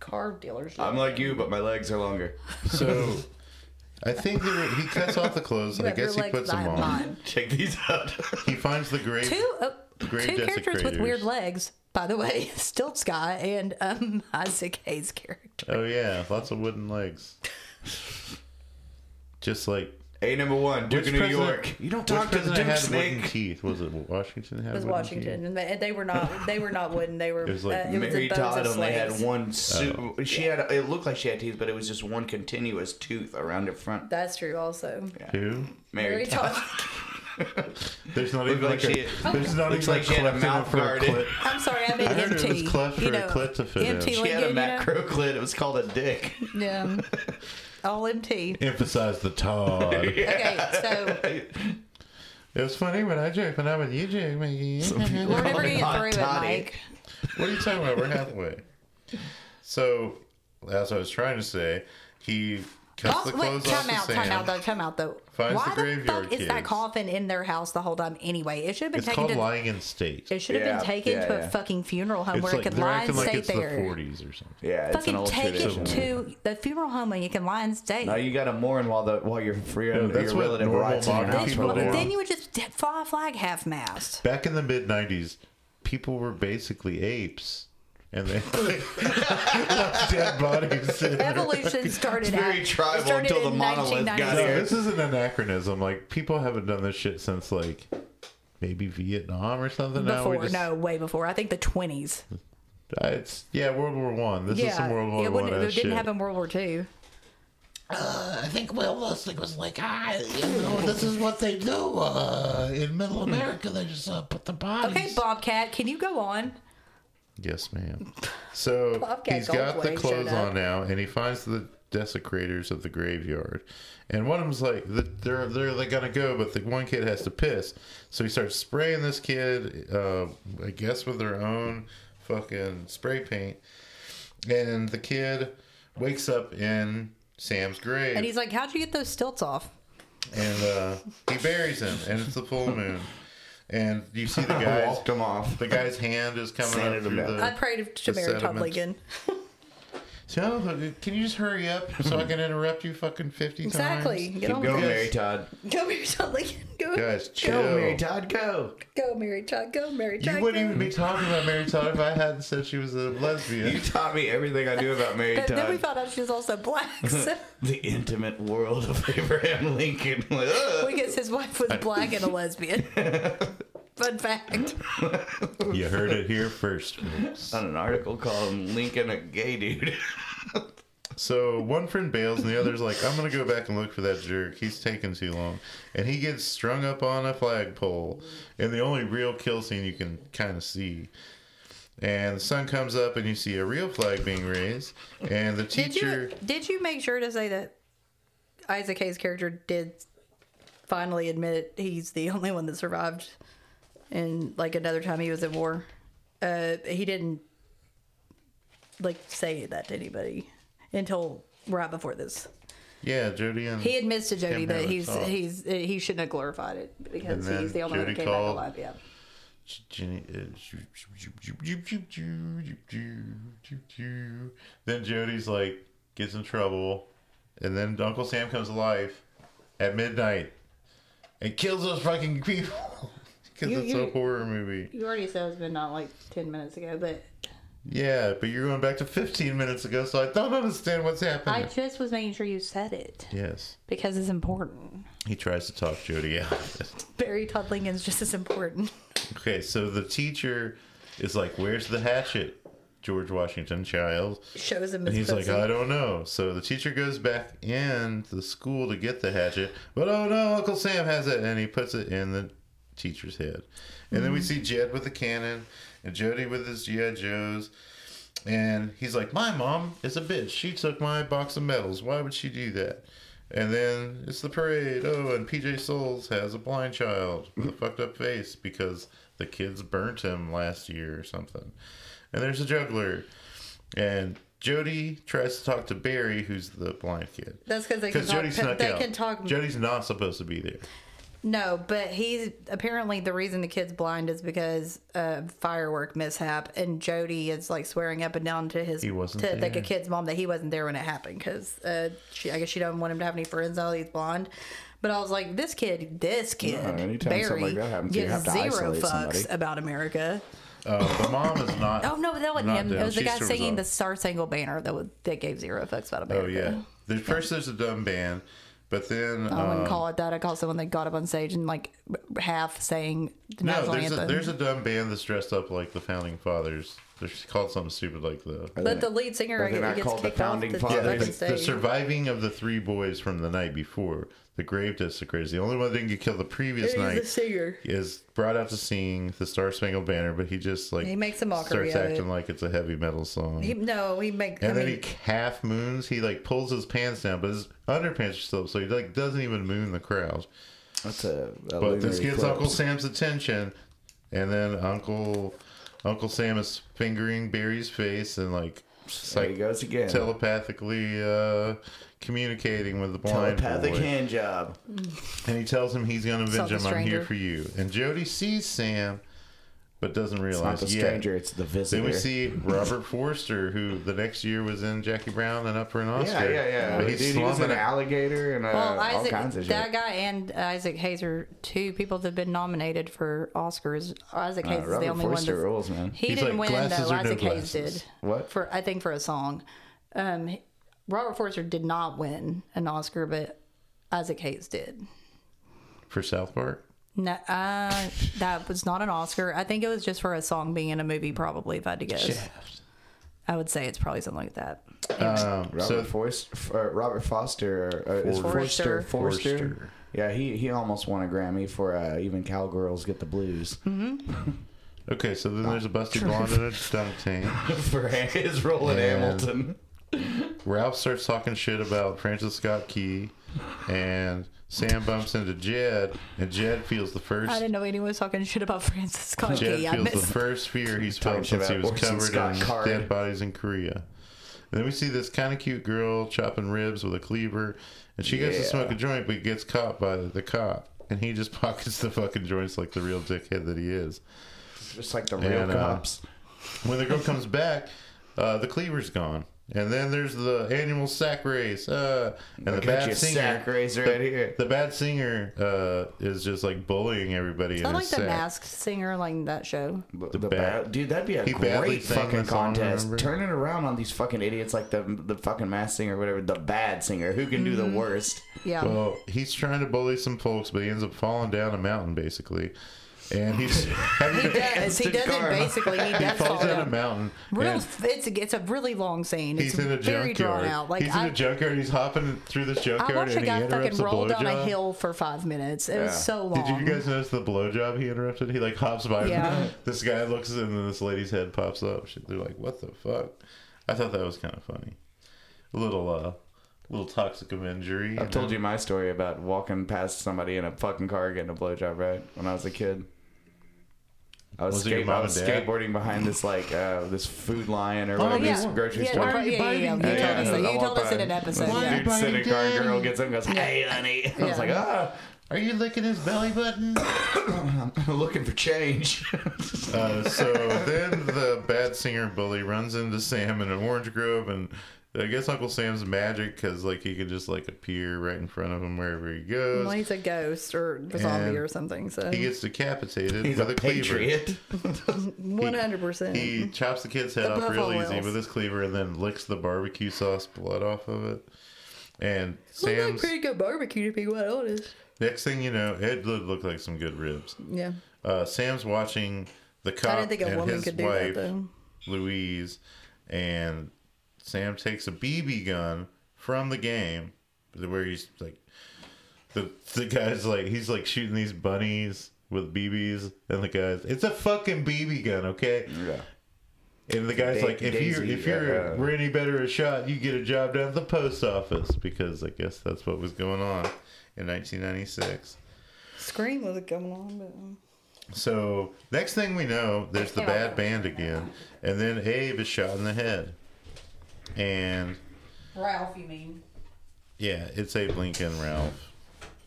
car dealership.
I'm like you, but my legs are longer.
So I think that he cuts off the clothes and I
But your
guess he
legs
puts
I
them
have
on.
mine.
Check these out.
He finds the grave.
Two uh, two
Grave
characters with
desecrators.
weird legs, by the way, Stilts guy and um, Isaac Hayes character.
Oh yeah, lots of wooden legs. Just like
A number one, Duke of New
president-
York. You don't
which
talk to the
president
Duke
had wooden
Snake.
teeth. Was it Washington that had
It was
wooden
Washington, and they, they were not they were not wooden. They were
was like
uh, it was in
Mary
bones
Todd
of
only had
slaves.
one. Su- She had. It looked like she had teeth, but it was just one continuous tooth around her front.
That's true, also.
teeth? Who?
Mary,
Mary
Todd.
Todd.
There's not
Looked
even like,
like
a,
she-
there's not
looks
even
like
a
she had a
cleft in
mouth
it for a
guard.
clit.
I'm sorry, I meant
I heard it was
empty.
cleft for
you
a
know,
clit to fit in.
empty
She
She had a
Lincoln, you
macro clit. It was called a dick.
know? Yeah. All empty.
Emphasize the Todd.
Okay, so
It was funny when I joke, when I when you joke, Mickey.
we're never gonna get
Hot
through it,
toddy.
Mike.
What are you talking about? We're halfway. So, as I was trying to say, he cuts
Oh,
the
wait,
clothes off
time
the
out,
sand.
time out, though, time out, though.
Finds
Why
the
the,
graveyard
fuck is that
kids.
coffin in their house the whole time anyway? It should have been
It's
taken
called
to
lying in state.
it should have
Yeah,
been taken
yeah,
to
yeah.
a fucking funeral home
It's
where
like
it could
they're
lie and
acting like
stay
it's the
there.
40s or something.
Yeah, it's an
Fucking
old
take
tradition.
it to the funeral home and you can lie and stay.
Now you got to mourn while the while your free
No, that's
your
what
relative
normal
rides in your
modern
house for
people
a
do.
while.
then you would just fly a flag half mast.
Back in the mid 90s, people were basically apes. And they dead bodies. in there.
Evolution started
It's very
out-
tribal
started
until the
in
monolith got
1996.
No,
here.
this is an anachronism. Like people haven't done this shit since like maybe Vietnam or something. Now we
Before,
just-
no, way before. I think the 20s.
Uh, It's yeah, World War One. This is
Yeah,
some World War
it,
One
wouldn't, it didn't
shit.
happen World War Two.
I think Will Lustig was like, ah, you know, this is what they do uh, in Middle America. They just uh, put the bodies.
Okay, Bobcat, can you go on?
Yes, ma'am. So
Bobcat
he's got the
Goldthwait showed
clothes
up.
on now, and he finds the desecrators of the graveyard. And one of them's like, "The- they're they're, they're gonna go, but the one kid has to piss. So he starts spraying this kid, uh, I guess, with their own fucking spray paint. And the kid wakes up in Sam's grave,
And he's like, "How'd you get those stilts off?"
and uh, he buries him, and it's the full moon. And you see the guy's
Walked them off.
the guy's hand is coming
Sanded
up through
him down.
the.
I prayed to
the
Mary Todd
sediment.
Lincoln.
So, can you just hurry up so I can interrupt you fucking 50
Exactly.
times?
Get
Keep
on
going,
with
Mary Todd.
it. Go Mary Todd Lincoln. Oh, Go,
Guys,
Go, Mary
chill.
Todd. Go.
go Mary Todd. Go Mary Todd.
You
go.
wouldn't even be talking about Mary Todd if I hadn't said she was a
You
lesbian.
taught me everything I knew about Mary
But
Todd.
then we found out she was also black. So
the intimate world of Abraham Lincoln. Ugh.
we guess his wife was black and a lesbian. Fun fact.
You heard it here first. folks.
On an article called "Lincoln a Gay Dude."
So, one friend bails and the other's like, I'm going to go back and look for that jerk. He's taking too long. And he gets strung up on a flagpole. And the only real kill scene you can kind of see. And the sun comes up and you see a real flag being raised. And the
Did
teacher.
you did you make sure to say that Isaac Hayes' character did finally admit he's the only one that survived? And like another time he was at war, uh, he didn't like say that to anybody until right before this.
Yeah, Jody and.
He admits to Jody
Him
that
having
he's
thought.
he's uh, he shouldn't have glorified it
And
because
then
he's the only one
Jody
that came
called-
back alive. Yeah.
Jenny, uh, then Jody's like gets in trouble, and then Uncle Sam comes alive at midnight and kills those fucking people because
You-
it's
you-
a horror movie.
You already said it's been not like ten minutes ago, but
Yeah, but you're going back to 15 minutes ago, so I don't understand what's
I
happening.
just was making sure you said it
yes,
because it's important.
he tries to talk Jody out. of it.
Barry Todd Lincoln's just as important.
okay, so the teacher is like, "Where's the hatchet?" George Washington, child.
shows him his
And he's like,
pussy.
I don't know. So the teacher goes back in to the school to get the hatchet, but oh no, Uncle Sam has it, and he puts it in the teacher's head. And then we see Jed with the cannon, and Jody with his GI Joes, and he's like, my mom is a bitch. She took my box of medals. Why would she do that? And then it's the parade. Oh, and PJ Souls has a blind child with a fucked up face because the kids burnt him last year or something. And there's a juggler. And Jody tries to talk to Barry, who's the blind kid.
That's because they can
Because
talk.
Jody snuck
they
out.
can talk.
Jody's not supposed to be there.
No, but he's apparently the reason the kid's blind is because of firework mishap, and Jody is like swearing up and down to his
He wasn't
to like a
there.
kid's mom that he wasn't there when it happened because uh, she I guess she doesn't want him to have any friends now that he's blind. But I was like, this kid, this kid,
No, anytime something
Barry
like that happens, you
gives
have to
zero
isolate
fucks
somebody.
about America.
Uh, the mom is not.
Oh no, that wasn't
not
him. It
down.
was the
She
guy
still
singing
up.
the Star Spangled Banner that was, that gave zero fucks about
Oh
America.
yeah. The, first there's a dumb band, but then
I wouldn't
um,
call it that. I call it someone that got up on stage and like half sang the
no,
national
there's a,
anthem.
there's a dumb band that's dressed up like the founding fathers They're called something stupid like the.
Are they
But
not-
the lead singer
Well,
I
they're
get,
not
gets
called the
kicked off the
Founding Fathers.
fucking
Like
There's the
stage.
surviving of the three boys from the night before. The grave desecrates. The only one that didn't get killed the previous
He's
night
the singer.
is brought out to sing the Star Spangled Banner, but he just like
He makes a mockery
starts
of it.
acting like it's a heavy metal song.
He, no, he makes. I
and then
mean,
he half moons. He like pulls his pants down, but his underpants are still up, so he like doesn't even moon the crowd.
That's a, a
But
lunar
this gets
eclipse.
Uncle Sam's attention, and then Uncle Uncle Sam is fingering Barry's face and like
There
psych-
he goes again.
telepathically uh, communicating with the blind
Telepathic
boy.
hand job.
and he tells him he's going to
not
avenge
the
him. I'm
stranger.
here for you. And Jody sees Sam, but doesn't
It's not
realize
the
yet.
stranger, it's the visitor.
Then we see Robert Forster, who the next year was in Jackie Brown and up for an
yeah,
Oscar.
yeah, yeah.
But
Dude,
he's
he was an
slumming it.
alligator and uh,
well,
all
Isaac,
kinds of
that
shit.
guy and Isaac Hayes are two people that have been nominated for Oscars. Isaac Hayes
Uh,
is
Robert
the only
Forster
one.
rules, man.
That's, he
He's
didn't
like,
win
glasses
though.
or no
Isaac Hayes
glasses?
did.
What?
for? I think for a song. Um, he- Robert Forster did not win an Oscar, but Isaac Hayes did.
for South Park.
No, uh, that was not an Oscar. I think it was just for a song being in a movie, probably. If I had to guess, I would say it's probably something like that.
Um,
Robert,
so
Forst, uh, Robert Foster uh, is
Forster.
Forster. Forster.
Forster.
Yeah, he, he almost won a Grammy for uh, even cowgirls get the blues
okay, so then there's a busty blonde and a dunk tank.
for his role in
Yeah.
Hamilton.
Ralph starts talking shit about Francis Scott Key, and Sam bumps into Jed, and Jed feels the first.
I didn't know anyone was talking shit about Francis Scott
Jed
Key. I
feels the
missed.
first fear he's
Talking
felt since he
shit
was
about Orson
covered
Scott
in
Card.
dead bodies in Korea. And then we see this kind of cute girl chopping ribs with a cleaver, and she goes to
Yeah.
smoke a joint but gets caught by the cop, and he just pockets the fucking joints like the real dickhead that he is.
Just like the real
And, uh,
cops.
When the girl comes back, uh, the cleaver's gone. And then there's the annual sack race. Uh, and the
Look at
bad
your
singer,
sack race
the,
right here.
the bad singer uh, is just like bullying everybody. in
I like
his
the
sack.
masked singer, like that show.
the
bat.
bat- dude, that'd be a
He badly
great
sang
fucking
the song,
contest.
remember?
Turning around on these fucking idiots like the the fucking mass singer, or whatever, the bad singer, who can do
Mm-hmm.
the worst.
Yeah.
Well, he's trying to bully some folks, but he ends up falling down a mountain basically. And he's have you-
he does. He
Instant
does it
karma.
basically. He
he
does fall
falls down a
down.
mountain.
Real,
and
it's it's a really long scene. It's
he's in a
very drawn
junkyard.
out. Like
he's
I,
in a junkyard. He's hopping through this
I
junkyard
watched a
and he
guy fucking
interrupts a
roll down a
blowjob.
hill for five minutes. It
Yeah.
was so long.
Did you guys notice the blowjob he interrupted? He like hops by.
Yeah.
this guy looks and then this lady's head pops up. She- They're like, "What the fuck?" I thought that was kind of funny. A little, uh, little toxic imagery.
I've told you my story about walking past somebody in a fucking car getting a blowjob, right? When I was a kid. I was,
Was it your
skate-
mom
I was
and dad?
skateboarding behind this like uh, this food line or
Oh,
whatever
yeah.
this grocery
yeah,
store.
right,
Dude
yeah, yeah, yeah. You
Yeah,
told us that.
yeah.
I
You
walked
told us
by-
in an episode.
Why
Yeah.
you
Dude, sitting car and
Biden.
girl gets up and goes, "Hey, honey!" I was
Yeah.
like, "Ah,
Are you licking his belly button?
looking for change."
Uh, so then the bad singer bully runs into Sam in an orange grove, and I guess Uncle Sam's magic because like he can just like appear right in front of him wherever he goes.
Well, he's a ghost or a zombie
And
or something. So
he gets decapitated
He's
with
a
a, cleaver.
patriot.
one hundred percent.
He chops the kid's head off
Above
real
all
easy
else.
with his cleaver, and then licks the barbecue sauce blood off of it. And
Looked like
Sam's
pretty good barbecue to be quite honest.
next thing you know, it did look like some good ribs.
Yeah.
Uh, Sam's watching the cop
I didn't think a
and
woman
his
could do that
wife.
though.
Louise, and Sam takes a BB gun from the game, where he's like, the the guy's like, he's like shooting these bunnies with BBs, and the guys, it's a fucking BB gun, okay?
Yeah.
And the guy's
Da-
like, if you
Daisy,
if you're
uh,
were any better a shot, you get a job down at the post office because I guess that's what was going on in 1996.
Scream was coming on, but um,
So next thing we know, there's the bad band again, and then Abe is shot in the head, and
Ralph, you mean?
yeah, it's Abe Lincoln Ralph,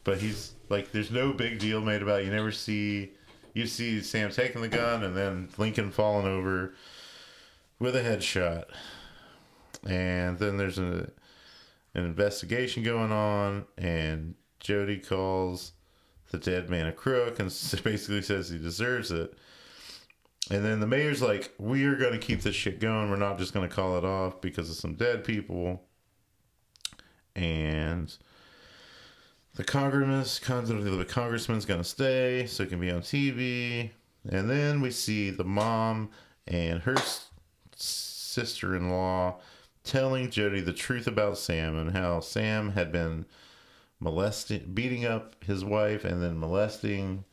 but he's like, there's no big deal made about. It. You never see, you see Sam taking the gun and then Lincoln falling over with a headshot, and then there's a, an investigation going on, and Jody calls the dead man a crook and s- basically says he deserves it. And then the mayor's like, "We are going to keep this shit going. We're not just going to call it off because of some dead people." And the congressman's the congressman's going to stay so it can be on TV. And then we see the mom and her s- sister in law telling Jody the truth about Sam and how Sam had been molesting, beating up his wife, and then molesting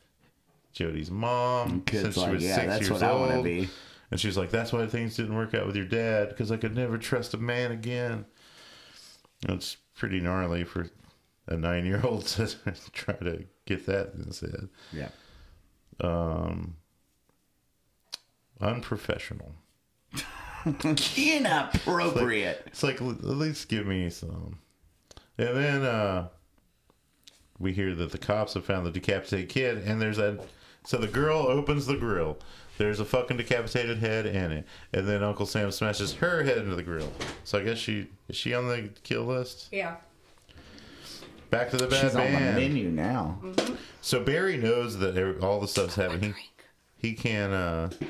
Jody's mom
Kid's
since
like,
she was
"Yeah,
six
that's
years
what I
old.
wanna be.
And she's like, "That's why things didn't work out with your dad because I could never trust a man again." It's pretty gnarly for a nine-year-old to try to get that in his head. Um,
Yeah.
Unprofessional.
Inappropriate.
It's like, l- at least give me some. And then uh, we hear that the cops have found the decapitated kid, and there's a. So the girl opens the grill. There's a fucking decapitated head in it, and then Uncle Sam smashes her head into the grill. So I guess she is she on the kill list.
Yeah.
Back to the bad
She's on
band.
the menu now.
Mm-hmm.
So Barry knows that every- all the stuff's happening. He, he can. uh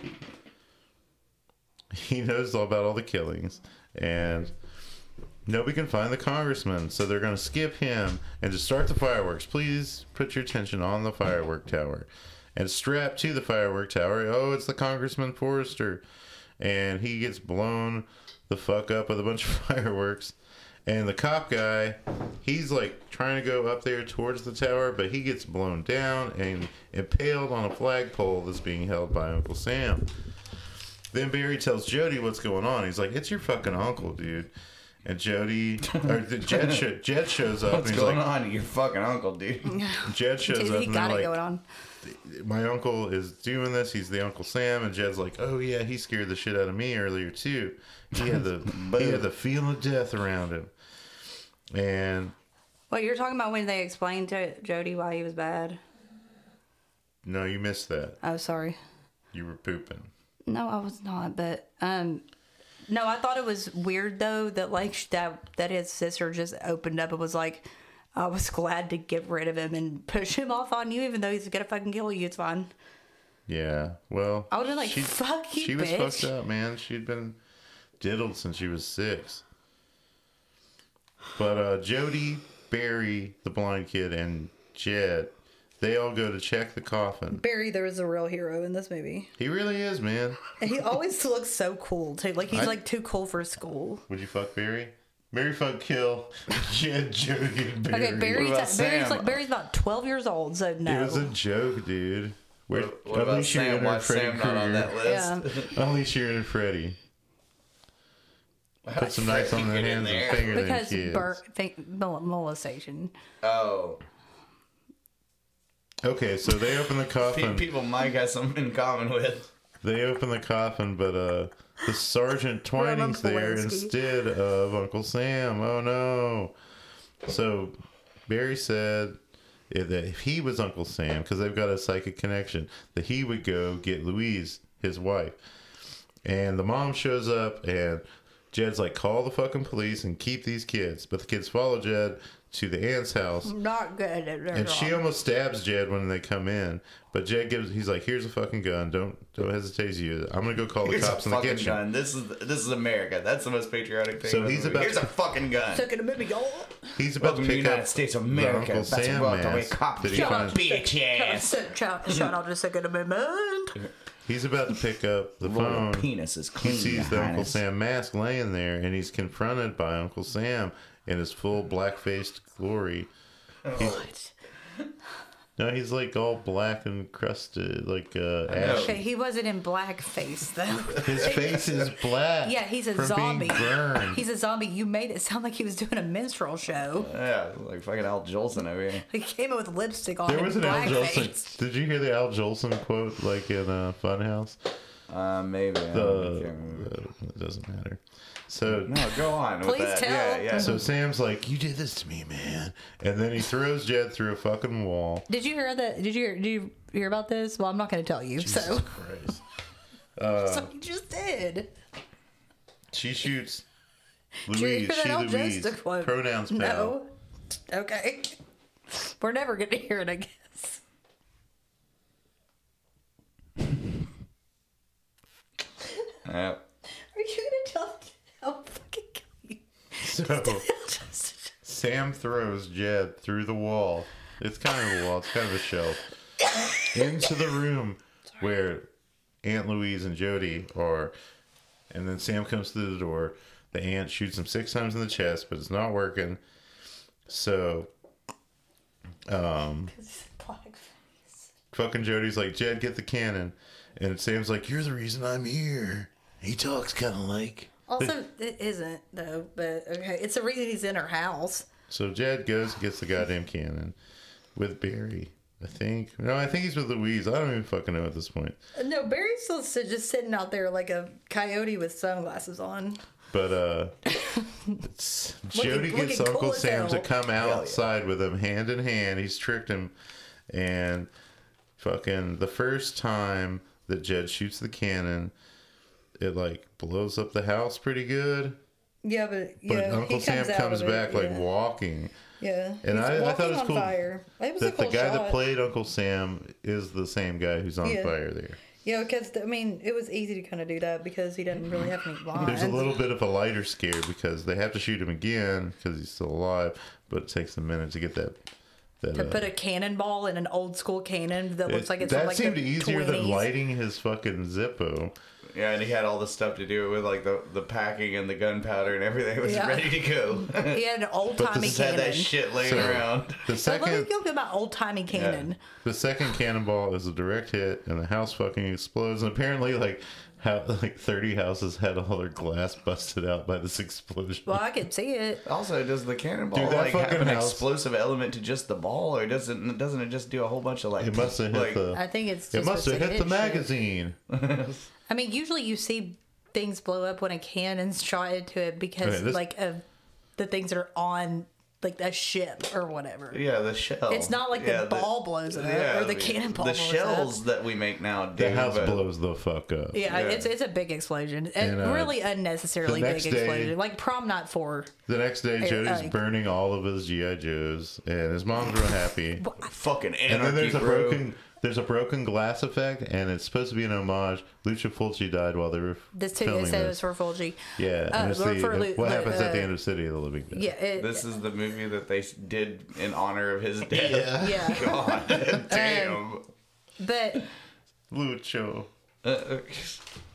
He knows all about all the killings, and nobody can find the congressman. So they're going to skip him and just start the fireworks. Please put your attention on the firework tower, and strapped to the firework tower. Oh, it's the congressman Forrester, and he gets blown the fuck up with a bunch of fireworks. And the cop guy, he's like trying to go up there towards the tower, but he gets blown down and impaled on a flagpole that's being held by Uncle Sam. Then Barry tells Jody what's going on. He's like, "It's your fucking uncle, dude." And Jody, or the Jed, sho- Jed shows up.
What's
and he's
going
like,
on to your fucking uncle, dude?
Jed shows
Dude,
up.
he
and they're
got it
like,
going on.
my uncle is doing this. He's the Uncle Sam, and Jed's like, "Oh yeah, he scared the shit out of me earlier too. He had the he had the feel of death around him." And
Well, you're talking about when they explained to Jody why he was bad.
no, you missed that.
Oh, sorry.
You were pooping.
No, I was not. But um, no, I thought it was weird though that like sh- that that his sister just opened up and was like, "I was glad to get rid of him and push him off on you, even though he's gonna fucking kill you. It's fine."
Yeah. Well,
I would've been like, "Fuck you,
She was
bitch."
fucked up, man. She'd been diddled since she was six. But uh, Jody, Barry, the blind kid, and Jed, they all go to check the coffin.
Barry, there is a real hero in this movie.
He really is, man.
And he always looks so cool too. Like he's
I-
like too cool for school.
Would you fuck Barry? Barry fuck kill Jed, Jody, and Barry.
Okay, Barry's,
about
Barry's
Sam?
like Barry's about twelve years old, so no.
It was a joke, dude. Where,
What about Sam? Why is Sam not on that list?
yeah.
Only Sharon and Freddie.
How
Put
did
some knives
Freddie
on their
get in
hands
there?
and finger them
Because
kids.
Bur- fa- mol- molestation.
Oh.
Okay, so they open the
Pe-
coffin.
People Mike has something in common with.
They open the coffin, but uh, the Sergeant Twining's there
Polanski.
instead of Uncle Sam. Oh no! So Barry said if- that if he was Uncle Sam, because they've got a psychic connection, that he would go get Louise, his wife. And the mom shows up, and Jed's like, "Call the fucking police and keep these kids." But the kids follow Jed to the aunt's house,
Not good at
and she
all.
almost stabs Jed when they come in, but Jed gives. He's like, "Here's a fucking gun. Don't don't hesitate to use it. I'm gonna go call the
Here's a
cops in the
fucking
kitchen."
gun. This is this is America. That's the most patriotic thing.
So
in the
he's
movie.
about-
Here's a fucking gun.
Took it a movie, y'all.
He's about
Welcome to
to
the
pick
United
up
States of
the
America.
Uncle
That's a
Sam
welterweight
mask.
cop.
that he
Shut up,
finds.
Bitch ass.
Shut shut up just a good moment.
He's about to pick up the
Royal
phone.
penis is
He
clean. Your
sees the Uncle
Highness.
Sam mask laying there, and he's confronted by Uncle Sam in his full black faced glory.
What?
No, he's like all black and crusted, like uh, ash.
Okay, he wasn't in blackface though.
His face is black.
Yeah, he's a
from
zombie.
Being burned.
He's a zombie. You made it sound like he was doing a minstrel show.
Yeah, like fucking Al Jolson over here.
He came in with lipstick on.
There
and
was an Al
blackface.
Jolson. Did you hear the Al Jolson quote, like in uh, Funhouse?
Uh, maybe. I
Uh,
don't- can't remember.
it doesn't matter. So,
No, go on. with
Please
that.
tell.
Yeah, yeah.
so Sam's like, "You did this to me, man," and then he throws Jed through a fucking wall.
Did you hear that? Did you hear, did you hear about this? Well, I'm not going to tell you.
Jesus Uh,
So,
Christ.
so you just did.
She shoots
you hear
Louise.
that
She
Al
Louise.
Jolson quote?
Pronouns pal.
No. Okay. We're never going to hear it, I guess.
Yeah.
Are you going to tell? I'll fucking kill you.
So
Just-
Sam throws Jed through the wall. It's kind of a wall. It's kind of a shelf. Into the room where Aunt Louise and Jody are. And then Sam comes through the door. The ant shoots him six times in the chest, but it's not working. So fucking Jody's like, Jed, get the cannon. And Sam's like, You're the reason I'm here. He talks kind of like.
Also, it isn't though. But okay, it's the reason he's in her house.
So Jed goes and gets the goddamn cannon with Barry, I think. No, I think he's with Louise. I don't even fucking know at this point.
No, Barry's still sit- just sitting out there like a coyote with sunglasses on.
But uh it's- Jody
Looking- looking
gets
cool
Uncle
as
Sam to
hell.
come outside with him hand in hand. He's tricked him and fucking the first time that Jed shoots the cannon, it like blows up the house pretty good.
Yeah, but
But
yeah,
Uncle
he
Sam
comes, out
comes
of it,
back like
yeah.
walking.
Yeah,
And
He's
I- I
walking
thought it was
on
cool
Fire. It was a
That
cool
the guy
shot.
that played Uncle Sam is the same guy who's on
Yeah.
fire there.
Yeah, because I mean, it was easy to kind of do that because he didn't really have any lines.
There's a little bit of a lighter scare because they have to shoot him again because he's still alive, but it takes a minute to get that. that
to
uh,
put a cannonball in an old school cannon that looks
it-
like it's
that
from like
seemed
the
easier
20s.
than lighting his fucking Zippo.
Yeah, and he had all the stuff to do with like the, the packing and the gunpowder and everything was
Yeah.
ready to go.
He had an old
but
timey
just had
cannon.
that shit laying
So-
around.
The
So let me
second,
go get my old timey cannon.
the second cannonball is a direct hit, and the house fucking explodes. And apparently, like how like 30 houses had all their glass busted out by this explosion.
Well, I could see it.
Also, does the cannonball
Dude, that
like have an
fucking house-
explosive element to just the ball, or doesn't doesn't it just do a whole bunch of like?
It must have hit
like,
the.
I think it's.
It
just
must have
supposed to
hit the
shit.
magazine.
I mean, usually you see things blow up when a cannon's shot into it because
Okay, this-
like of the things that are on like a ship or whatever.
Yeah, the shell.
It's not like the
Yeah,
ball blows up or the cannonball
The
blows up.
shells that we make now do.
The house
but-
blows the fuck up.
Yeah,
Yeah.
it's it's a big explosion, and,
And, uh,
really unnecessarily
the
big
next day-
explosion, like prom night four.
The next day, Jody's
like-
burning all of his GI Joes, and his mom's real happy.
Fucking anarchy,
and then there's a
bro.
broken there's a broken glass effect, and it's supposed to be an homage. Lucia Fulci died while they were
This too, they
filming
said it
this.
was for Fulci.
yeah,
uh,
and it's
or
the,
for Lu-
what
the-
happens at the
uh,
end of City of the Living Dead.
Yeah, it,
This is the movie that they s- did in honor of his death.
yeah,
God damn.
but
Lucho.
Uh,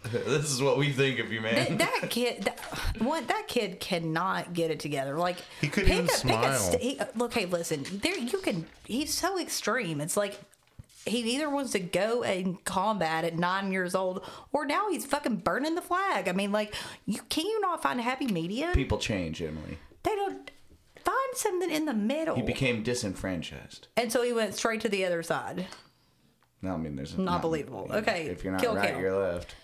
this is what we think of you, man.
th- that kid, that, what that kid cannot get it together. Like
He couldn't even smile.
sta- he- uh, okay, listen, there you can. He's so extreme. It's like he either wants to go in combat at nine years old, or now he's fucking burning the flag. I mean, like you can you not find happy medium?
People change, Emily.
They don't find something in the middle.
He became disenfranchised.
And so he went straight to the other side.
No, I mean, there's not,
believable. Okay,
If you're not
kill
right,
count.
you're left.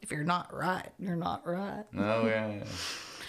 If you're not right, you're not right.
Oh yeah. yeah.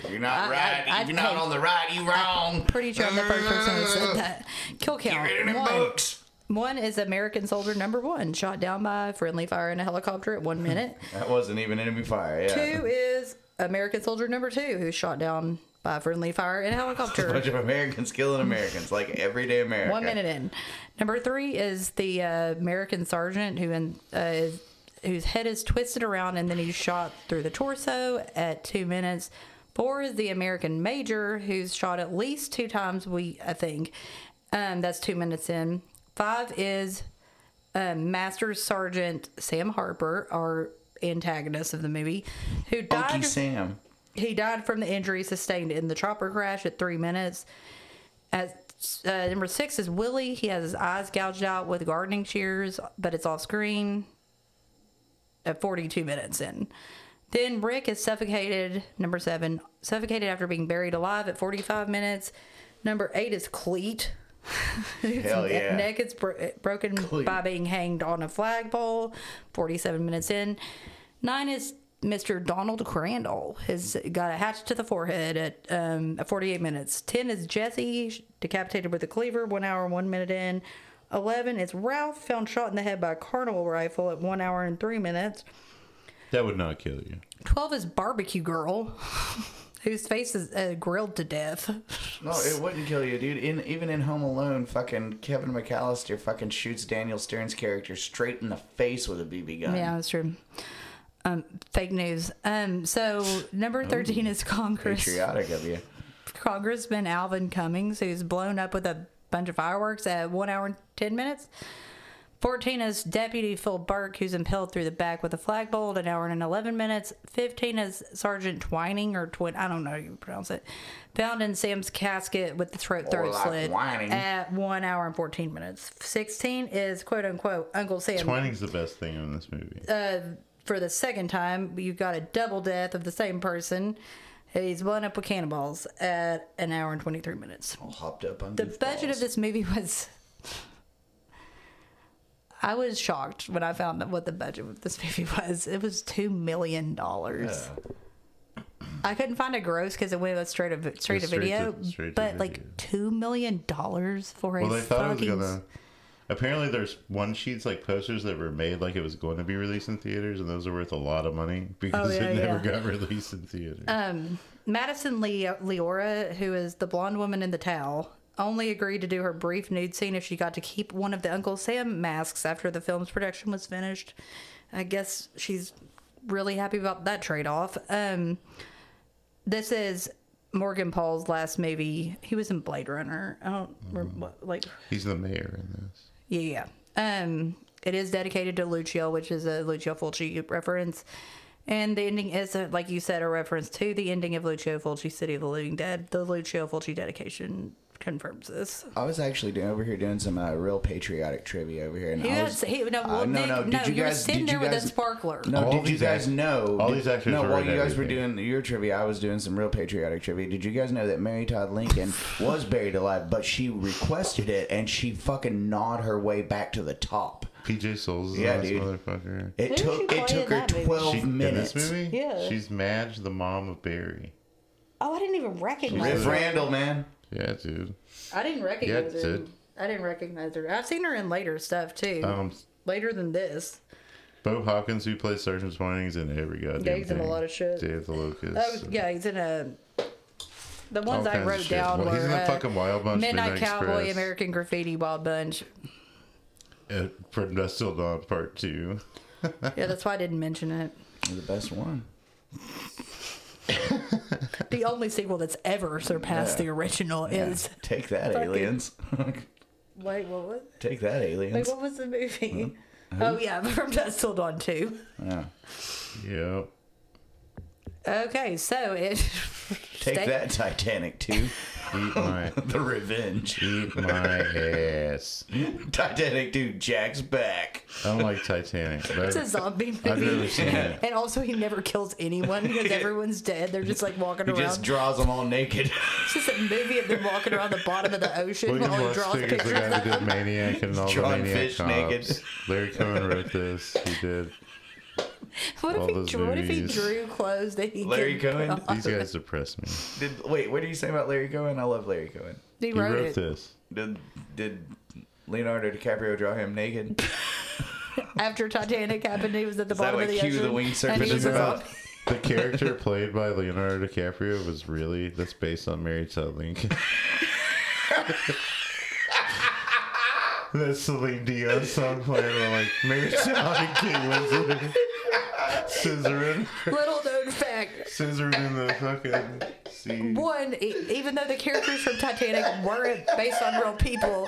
If you're not
I-
right,
I-
if you're
I-
not
hey.
on the right, you wrong.
Pretty sure I'm the first person who said that. Kill count.
Reading them
One,
books.
one is American soldier number one, shot down by friendly fire in a helicopter at one minute.
That wasn't even enemy fire. Yeah.
Two is American soldier number two, who's shot down by friendly fire in a
A
helicopter.
bunch of Americans killing Americans, like everyday America.
One minute in. Number three is the uh, American sergeant who in, uh, is, whose head is twisted around and then he's shot through the torso at two minutes. Four is the American major who's shot at least two times. We I think um, that's two minutes in. Five is um, Master Sergeant Sam Harper, our antagonist of the movie, who died.
Funky Sam.
He died from the injury sustained in the chopper crash at three minutes. At uh, number six is Willie. He has his eyes gouged out with gardening shears, but it's off screen at 42 minutes in. Then Rick is suffocated. Number seven, suffocated after being buried alive at 45 minutes. Number eight is Cleet.
Hell yeah.
Neck is bro- broken by being hanged on a flagpole. 47 minutes in. Nine is Mr. Donald Crandall. Has got a hatchet to the forehead at um, at 48 minutes. 10 is Jesse, decapitated with a cleaver, one hour and one minute in. 11 is Ralph, found shot in the head by a carnival rifle at one hour and three minutes.
That would not kill you.
12 is Barbecue Girl, whose face is uh, grilled to death.
No, it wouldn't kill you, dude. In even in Home Alone, fucking Kevin McAllister fucking shoots Daniel Stern's character straight in the face with a BB gun.
Yeah, that's true. Um, fake news. Um, so number 13 is Congress.
Patriotic of you.
Congressman Alvin Cummings, who's blown up with a bunch of fireworks at one hour and 10 minutes. 14 is Deputy Phil Burke, who's impaled through the back with a flagpole at an hour and 11 minutes. 15 is Sergeant Twining, or Twin, I don't know how you pronounce it, found in Sam's casket with the throat, throat
like
slit
Twining.
at 1 hour and 14 minutes. 16 is quote unquote Uncle Sam.
Twining's the best thing in this movie.
for the second time, you got a double death of the same person. He's blown up with cannonballs at an hour and 23 minutes.
All hopped up on
The budget of this movie was. I was shocked when I found out what the budget of this movie was. It was $2 million. I couldn't find a gross because it went straight to, straight to
Straight to-
video.
straight to
but
video.
like $2 million for
Well,
a
they thought
fucking.
it was gonna. Apparently, there's one sheets like posters that were made like it was going to be released in theaters, and those are worth a lot of money because
Oh, yeah,
it never
yeah. Uh,
got released in theaters.
Madison Le- Leora, who is the blonde woman in the towel, only agreed to do her brief nude scene if she got to keep one of the Uncle Sam masks after the film's production was finished. I guess she's really happy about that trade off. Um, this is Morgan Paul's last movie. He was in Blade Runner. I don't rem what like
He's the mayor in this.
yeah, yeah. Um, it is dedicated to Lucio, which is a Lucio Fulci reference. And the ending is, uh like you said, a reference to the ending of Lucio Fulci, City of the Living Dead. The Lucio Fulci dedication confirms this.
I was actually doing, over here doing some uh, real patriotic trivia over here, and
He
I
was,
was.
he, no,
uh,
well,
no,
Nick,
no,
no,
did you
you, were
guys-
sitting
did
there
you
with a
guys-
sparkler.
No,
All
did you
these
guys
act-
know?
all
did-
these actors
No,
are
while
in
you guys were
everything.
doing your trivia, I was doing some real patriotic trivia. Did you guys know that Mary Todd Lincoln was buried alive, but she requested it, and she fucking gnawed her way back to the top.
PJ Souls is
Yeah,
yeah, this
dude.
motherfucker.
It
Who did
took
she
it
play
took
in
her
that movie?
twelve
She, in
minutes.
this movie,
Yeah.
she's Madge, the mom of Barry.
Oh, I didn't even recognize
Riff
her.
Randall, man.
Yeah, dude.
I didn't recognize
Yeah,
her.
dude.
I didn't recognize her. I've seen her in later stuff too.
Um,
later than this.
Bo Hawkins, who plays Sergeant Twining's in every goddamn
Yeah, he's in
thing.
a lot of shit.
Day of the Locust.
Oh, yeah, he's in a. The
all
ones I
kinds of
wrote
shit.
down
Well,
were
he's in the
uh,
fucking Wild Bunch,
Midnight,
Midnight
Cowboy,
Express.
American Graffiti, Wild Bunch.
Uh, From Dust Till Dawn Part 2.
Yeah, that's why I didn't mention it.
You're the best one.
The only sequel that's ever surpassed
Yeah.
the original
Yeah.
is.
Take that,
Fucking-
aliens.
Wait, what was?
Take that,
Wait,
aliens.
what was the movie? Oh yeah, from Dust Till Dawn too.
Yeah.
Yep.
Okay, so it.
Take
Stay-
that, Titanic 2.
Eat my,
the revenge.
eat my ass.
Titanic 2, Jack's back.
I don't like Titanic. But
It's a
I've,
zombie
I've never
movie.
seen it.
And also, he never kills anyone because everyone's dead. They're just like walking
He
around.
just draws them all naked.
It's just a movie of them walking around the bottom of the ocean
William
while he draws
Lustig is the
pictures.
guy who did Maniac and all
Drawing
the Maniac
fish
cops.
naked.
Larry Cohen wrote this. He did.
What
all
if, he
those
drew, what if he
movies.
drew clothes that he
Larry
couldn't put
Cohen?
on?
These guys depress me.
Did, wait, what do you say about Larry Cohen? I love Larry Cohen.
He
He
wrote,
wrote
it.
this.
Did did Leonardo DiCaprio draw him naked?
After Titanic happened, he was at the
that
bottom of
what
the
Cue the
ocean,
Winged
and
Serpent
he
is
was a
about?
zombie.
The character played by Leonardo DiCaprio was really that's based on Mary Todd Lincoln. That's Celine Dion song playing while like Mary Todd Lincoln was in- scissoring,
Little known fact.
scissoring in the fucking sea.
One, e- even though the characters from Titanic weren't based on real people,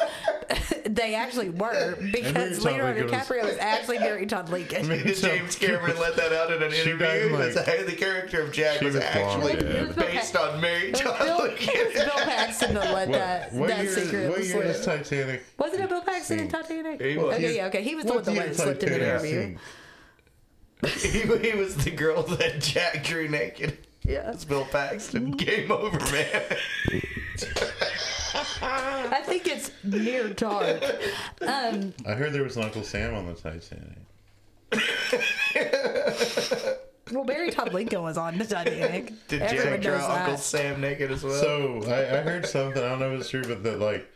they actually were
Mary
because
Todd
Leonardo
Lincoln was-
DiCaprio was actually Mary Todd Lincoln.
Mary
Did
Todd-
James Cameron let that out in an
She died
interview?
like-
That's how the character of Jack
She
was,
was
actually
blonde, yeah.
based on Mary
It was
Todd
Bill,
Lincoln.
it was Bill Paxton that let
What,
that,
what
that
year,
secret
what year
slip.
is Titanic?
Wasn't it Bill Paxton in Titanic?
He was.
Okay, yeah, okay. He was the one
What
that
year
let it slip in the
Titanic?
interview.
he, he was the girl that Jack drew naked.
Yeah.
It's Bill Paxton. Game over, man.
I think it's near dark. Um,
I heard there was an Uncle Sam on the Titanic.
well, Barry Todd Lincoln was on the Titanic.
Did
Everyone
Jack
knows
draw Uncle
that.
Sam naked as well?
So Oh, I, I heard something. I don't know if it's true, but that like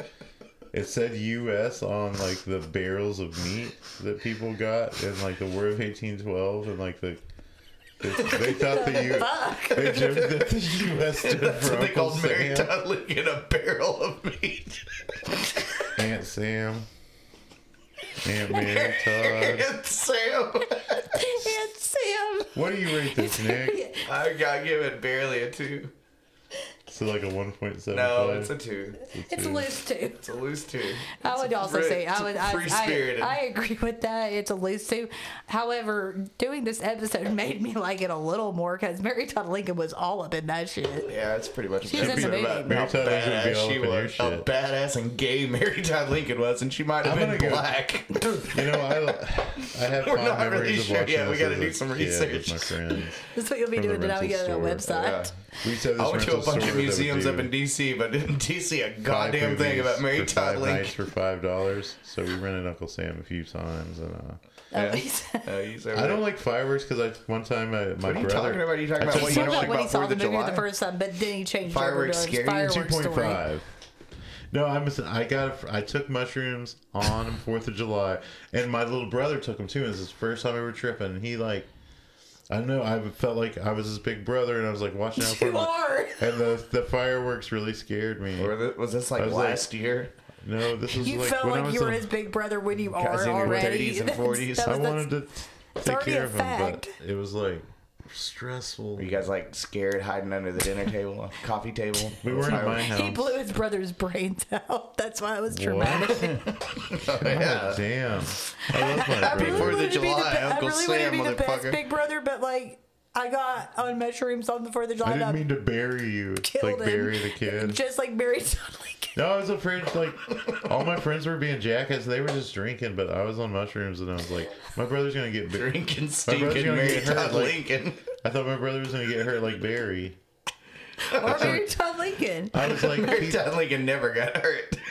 it said U.S. on like the barrels of meat that people got in like the War of eighteen twelve, and like the they, they thought the U.
Fuck.
They joked that the U.S. stood
That's
for
what they
Uncle
called Mary
Sam,
Todd Lincoln a barrel of meat.
Aunt Sam, Aunt Mary Todd.
and Sam.
It's Sam.
What do you rate this, Nick?
I got given barely a two.
So like a one point seven.
No, it's a two.
It's loose too.
It's a loose two.
I would also
free-
say I would I,
free
I,
spirited.
I agree with that. It's a loose too. However, doing this episode made me like it a little more because Mary Todd Lincoln was all up in that shit.
Yeah, it's pretty much. a
She's in
episode
the movie.
about
Mary
how
Todd Lincoln would be
badass
all
she
up in your
was. How
shit.
badass and gay Mary Todd Lincoln was, and she might have
I'm
been
gonna go-
black.
You know, I, I have
We're
fond
not really
memories of
sure
watching
yet. We
this
gotta
as
do
a
some
kid with
research.
My friends.
That's what you'll be
From a
doing tonight. We
rental
get on a
store.
website.
We used to have this
I went to a
rental
bunch
store
of
that would
museums up
do
in DC, but didn't DC a
five
goddamn thing
movies
about Mary
for
Todd
five nights
Lincoln.
for five dollars. So we rented Uncle Sam a few times, and uh,
Oh,
Yeah.
he's-
Uh, he's over
I don't
there.
like fireworks because I one time I, my
What are you
brother
talking about? Are you talking
I
about
took
He
what
talked
you don't
about
like
when he
about
saw
Fourth
the
of
movie the
July?
first time, but then he changed
Fireworks
over to his
scare you?
Two
fireworks
point
story.
five. No, I'm. A, I got. A, fr- I took mushrooms on Fourth of July, and my little brother took them too. And it was his first time ever tripping. And he like, I don't know. I felt like I was his big brother, and I was like watching out for
You
him.
are.
And the the fireworks really scared me.
Or th- was this
I
like
was like-
last year?
No, this was
You
like
felt
when I
like
was
you were
a-
his big brother when you
Guys
are
in your
already.
30s and
That's-
40s.
that
I
was- that's-
wanted to t- take
already
care
a
of him, but
fact.
it was like stressful.
Were you guys like scared hiding under the dinner table, coffee table?
We were in my house.
He blew his brother's brains out. That's why it was traumatic.
yeah.
Damn. I love
Happy
my
I really
Fourth
brother.
of
wanted to be the
July,
be- I
Uncle
really wanted to
Sam,
be the best
motherfucker.
Big Brother, but like I got on mushrooms on the Fourth of July.
I didn't
and
mean to bury you. It's
killed
Like
him.
bury the kid.
just like Mary Todd Lincoln.
No, I was afraid. Like all my friends were being jackets. They were just drinking, but I was on mushrooms, and I was like, my brother's gonna get. Ba-
Drinking,
brother's
stinking
gonna
Mary
get hurt,
Todd
like-
Lincoln.
I thought my brother was gonna get hurt like Barry.
Or Mary Todd Lincoln.
I was like,
Mary
he-
Todd Lincoln never got hurt.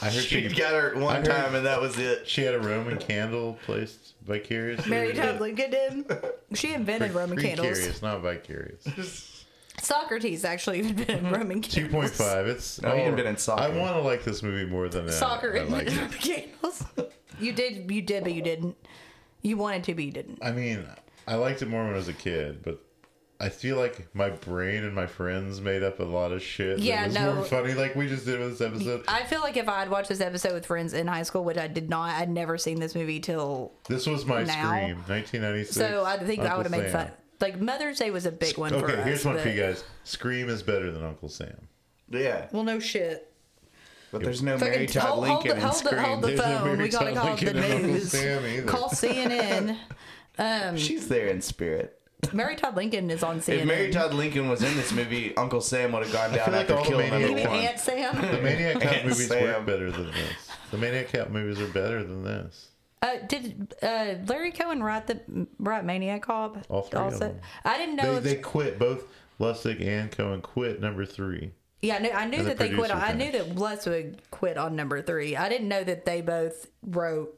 I heard
She
she,
got hurt one
heard-
time, and that was it.
she had a Roman candle placed vicariously.
Mary Todd Lincoln did. She invented Roman candles.
Vicarious, not vicarious.
Socrates actually invented
Mm-hmm.
Roman candles.
Two point five. It's
No, he didn't been in soccer.
I want to like this movie more than I-
Soccer
I, like
invented
it.
Roman candles. You did, you did, but you didn't. You wanted to, but you didn't.
I mean, I liked it more when I was a kid, but I feel like my brain and my friends made up a lot of shit. that
Yeah,
was
no.
more funny like we just did with this episode.
I feel like if I had watched this episode with friends in high school, which I did not, I'd never seen this movie till
This was my
Now.
scream, 1996.
So I think I
Uncle
would have made
Sam.
fun. Like Mother's Day was a big one.
Okay,
for
here's
us,
one for
but-
you guys. Scream is better than Uncle Sam.
Yeah,
Well, no shit.
but there's no Mary
Fucking
Todd
hold- hold
Lincoln
the-
in
hold the- hold
Scream.
the-
There's
phone,
Mary
we gotta
Todd
call up the
Lincoln and Uncle
news.
Sam either.
Call CNN.
She's there in spirit.
Mary Todd Lincoln is on CNN.
If Mary Todd Lincoln was in this movie, Uncle Sam would have gone down
feel like
after
all the
killing
you
number
maniacs-
mean
Lincoln.
one.
Aunt Sam?
the Maniac Cop
And
movies
Sam.
work better than this. The Maniac Cop movies are better than this.
Uh, did uh, Larry Cohen write the write Maniac Cop?
All three of them.
I didn't know.
They,
if,
they quit. Both Lustig and Cohen quit number three.
yeah, I knew, I knew
the
that they quit.
producer
On, I knew
finished.
that Leswig quit on number three. I didn't know that they both wrote.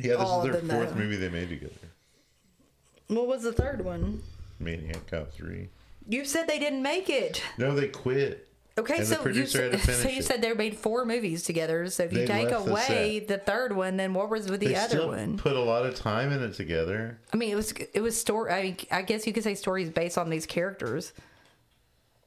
Yeah, this
All
is
of
their
them,
fourth
though.
movie they made together.
What was the third one?
Maniac Cop three.
You said they didn't make it.
No, they quit.
Okay,
And the
so you,
producer had to
said, so
finish
you
it.
said they made four movies together. So if you
They
take
left the
away the, third one, then what was with the
They
other
still
one?
put a lot of time in it together.
I mean, it was it was story. I mean, I guess you could say stories based on these characters.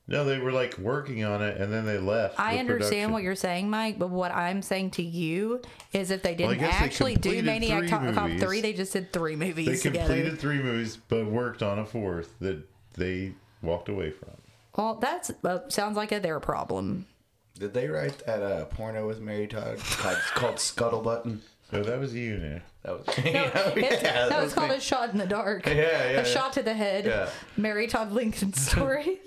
No, they were like working on it, and then they left.
I
the
understand
production.
what you're saying, Mike, but what I'm saying to you is if they didn't
guess they
actually do
completed
Maniac
three
Top Cop
movies.
3, they just did three
They
movies together.
completed three movies, but worked on a fourth that they walked away from.
Well, that's uh, sounds like a their problem.
Did they write that uh, porno with Mary Todd called, called Scuttle Button?
So that was you, now.
That was. yeah,
It's,
that
no,
was
it's called
me.
A Shot in the Dark.
Yeah, yeah,
a
yeah.
Shot to the Head.
Yeah.
Mary Todd Lincoln story.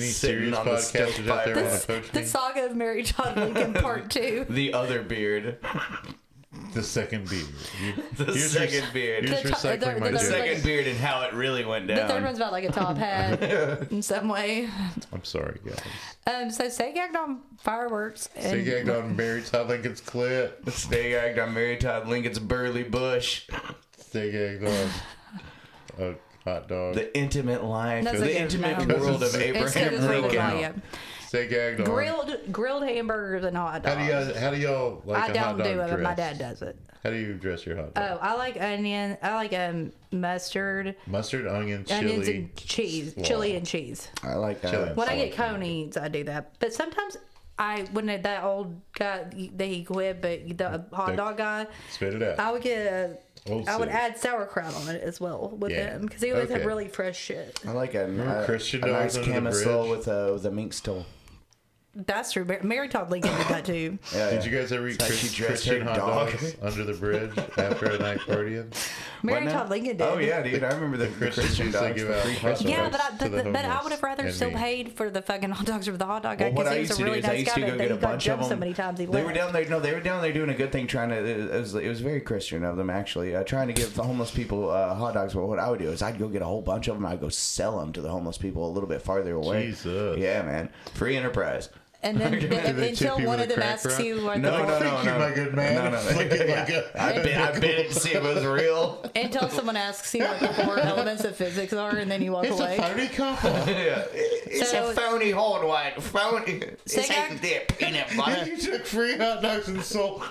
Sitting
serious
on the
podcasters out
stovepipe.
there want
This-
to poach
the
me?
saga of Mary Todd Lincoln Part 2.
The other beard.
The second beer. You,
The
here's your-
second beard.
You're just
The top-
recycling
the-
my
the
The
joke.
third-
second beard and how it really went
The third
down.
one's about like a top hat in some way.
I'm sorry, guys.
Um, so stay gagged on fireworks.
They
And
gagged on Mary Todd Lincoln's clit.
They gagged on Mary Todd Lincoln's burly bush.
They gagged on a hot dog.
The intimate life.
That's
the
like a-
intimate
no.
world of
It's-
it's good
Abraham
as well,
Lincoln.
yeah.
They gagged on.
Grilled grilled hamburgers and hot
How
dogs.
do you how do y'all like
I
a
don't
hot dog
do it,
dress?
but my dad does it.
How do you dress your hot
Oh,
dog?
I like onion. I like um mustard,
Mustard, onion,
onions,
chili.
and cheese.
slaw.
Chili and cheese.
I like uh, that.
Chili.
When I get
Slaw.
conies, I do that. But sometimes I when that old guy that he quit, but the hot
Dick.
dog guy,
Spit it out.
I would get a
Oh,
Old
I would
City.
add sauerkraut on it as well with
Yeah.
him because he always had
Okay.
really fresh shit.
I like a, a,
Christian
a nice
dogs under the
camisole
bridge?
with a with a mink stole.
That's true. Mar- Mary Todd Lincoln did that too.
Yeah,
Did
yeah.
you guys ever eat
It's like
Chris,
she dressed
Christian
her
hot
dog.
dogs under the bridge after a night partying?
Mary
now?
Todd Lincoln did.
Oh yeah, dude. I remember the, the
Christians
Christian
used to
dogs.
give
the
out
free
hot
Christian
Yeah,
dogs.
but I,
To
but,
the
but I
homeless
would have rather
and
still
me.
paid for the fucking hot dogs or the hot dog guy
Well, what
because
I
he
used
was
to
a really
do is I
nice
used
guy,
to
but
go get
then
a
he got
bunch of
jumped so
them.
many times. He
They were
left.
down there. No, they were down there doing a good thing, trying to. It was, it was very Christian of them, actually, uh, trying to give the homeless people uh, hot dogs. But what I would do is I'd go get a whole bunch of them. I'd go sell them to the homeless people a little bit farther away.
Jesus.
Yeah, man, free enterprise.
And then
Do
then-
they tip
until
you
one
with
of
a
them
crack
asks
rock?
you, like,
No,
the-
no, no,
Thank
no.
you, my good man.
No, no, no.
Look at my good-
I bit, I bit it to see if it was real.
until someone asks you what the four elements of physics are, and then you walk
It's a
away.
phony couple.
Yeah. It's
So-
a phony hard white. Phony. It's
Second-
ain't there peanut butter.
you took free hot dogs and sold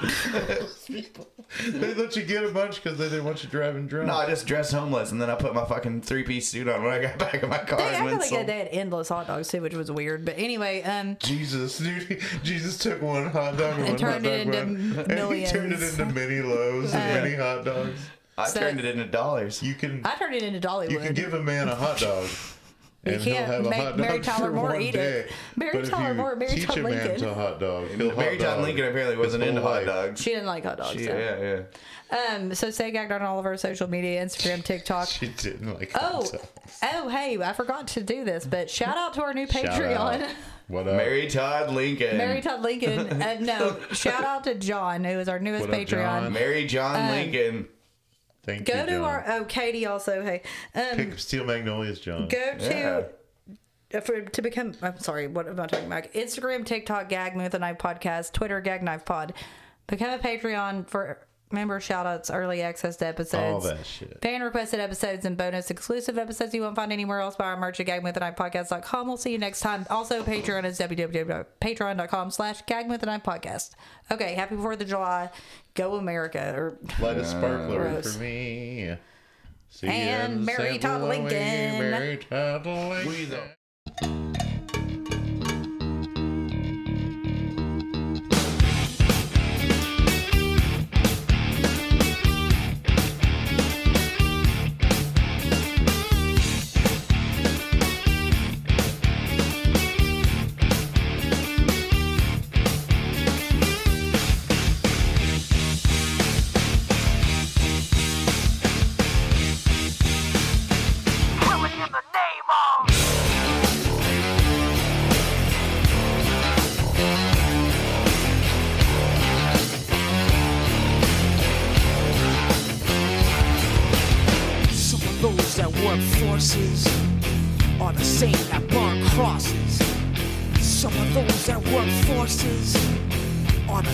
people. They let you get a bunch because they didn't want you driving drunk.
No, I just dressed homeless and then I put my fucking three piece suit on when I got back in my car.
They
and
acted
went
like
sold-
they had endless hot dogs too, which was weird. But anyway, um,
Jesus, dude, Jesus took one hot dog and,
And
one
turned
hot
it
dog bun,
into
and he turned it
millions.
into mini loaves and mini hot dogs.
I
So-
turned it into dollars.
You can
I turned it into Dollywood.
you can give a man a hot dog.
You
And
can't
he'll have a
make
hot dog
Mary Tyler
for
Moore
one
eat
day.
it. Mary
but if
Tyler
you
Moore, Mary
teach
Tyler
a man
Lincoln.
to hot dog. He'll
Mary
hot
John
dog
Lincoln apparently wasn't
his
into
whole
hot
life.
dogs.
she didn't like hot dogs.
She-
so.
yeah, yeah.
Um, so stay gagged on all of our social media, Instagram, TikTok.
She didn't like
Oh,
hot dogs.
oh, hey, I forgot to do this, but shout out to our new
Shout out.
Patreon,
What up?
Mary Todd Lincoln.
Mary Todd Lincoln. Uh, no, shout out to John, who is our newest
What up,
Patreon.
John?
Mary John
Um,
Lincoln.
Thank you,
Go to
John.
our, oh, Katie also, hey. Um,
Pick up Steel Magnolias, John.
go
Yeah.
to uh, for, to become i'm sorry what am i talking about instagram tiktok gag me with a knife podcast twitter gag knife pod become a patreon for member shout outs early access to episodes
All that shit.
fan requested episodes and bonus exclusive episodes you won't find anywhere else by our merch at gagmithanighpodcast.com we'll see you next time also patreon is www.patreon.com slash gagmithanighpodcast okay happy fourth of july go america or
Light a sparkler
Gross.
for me. See ya
And
in
Mary
St.
Todd
Louis,
Lincoln.
Mary Todd Lincoln.
We the-
killing in the name of.
Some of those that work forces are the same that burn crosses. Some of those that work forces are the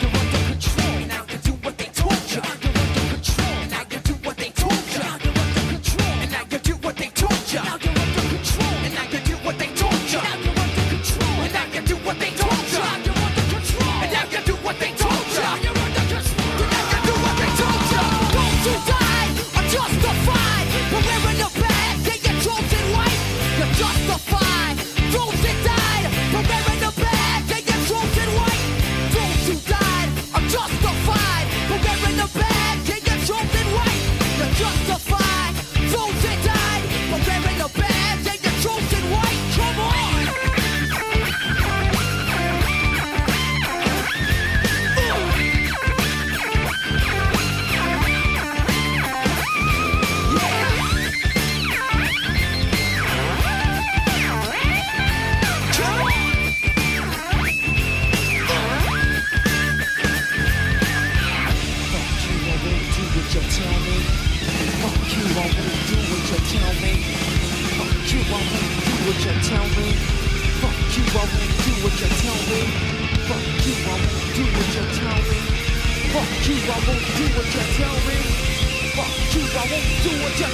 you're under control. And now you do what they told you. Now you're under control. And now you do what they told you. Now you're under control. And now you do what they told you. Now you're under control. And now you do what they told you. Now you're under control. And now you do what they told you. Now you're under control. And now you do what they told you. Now you're under control. And now you do what they told you. Don't you die? I'm justified. But we're in the bag. Yeah, you're chosen white. You're justified. Those that died. But we're in the bag. Yeah, you're chosen white. Those who died. I'm justified. But we're in the bag. Yeah, you're chosen white. You're justified. Those that died. But we're in the bag. Yeah, you're chosen white. Come on. Come on. Fuck you, I won't do what you tell me. Fuck you, I won't do what you tell me. Fuck you, I won't do what you tell me. Fuck you, I won't do what you tell me. Fuck you, I won't do what you tell me. Fuck you, I won't do what you tell me. Fuck you, I won't do what you Uh,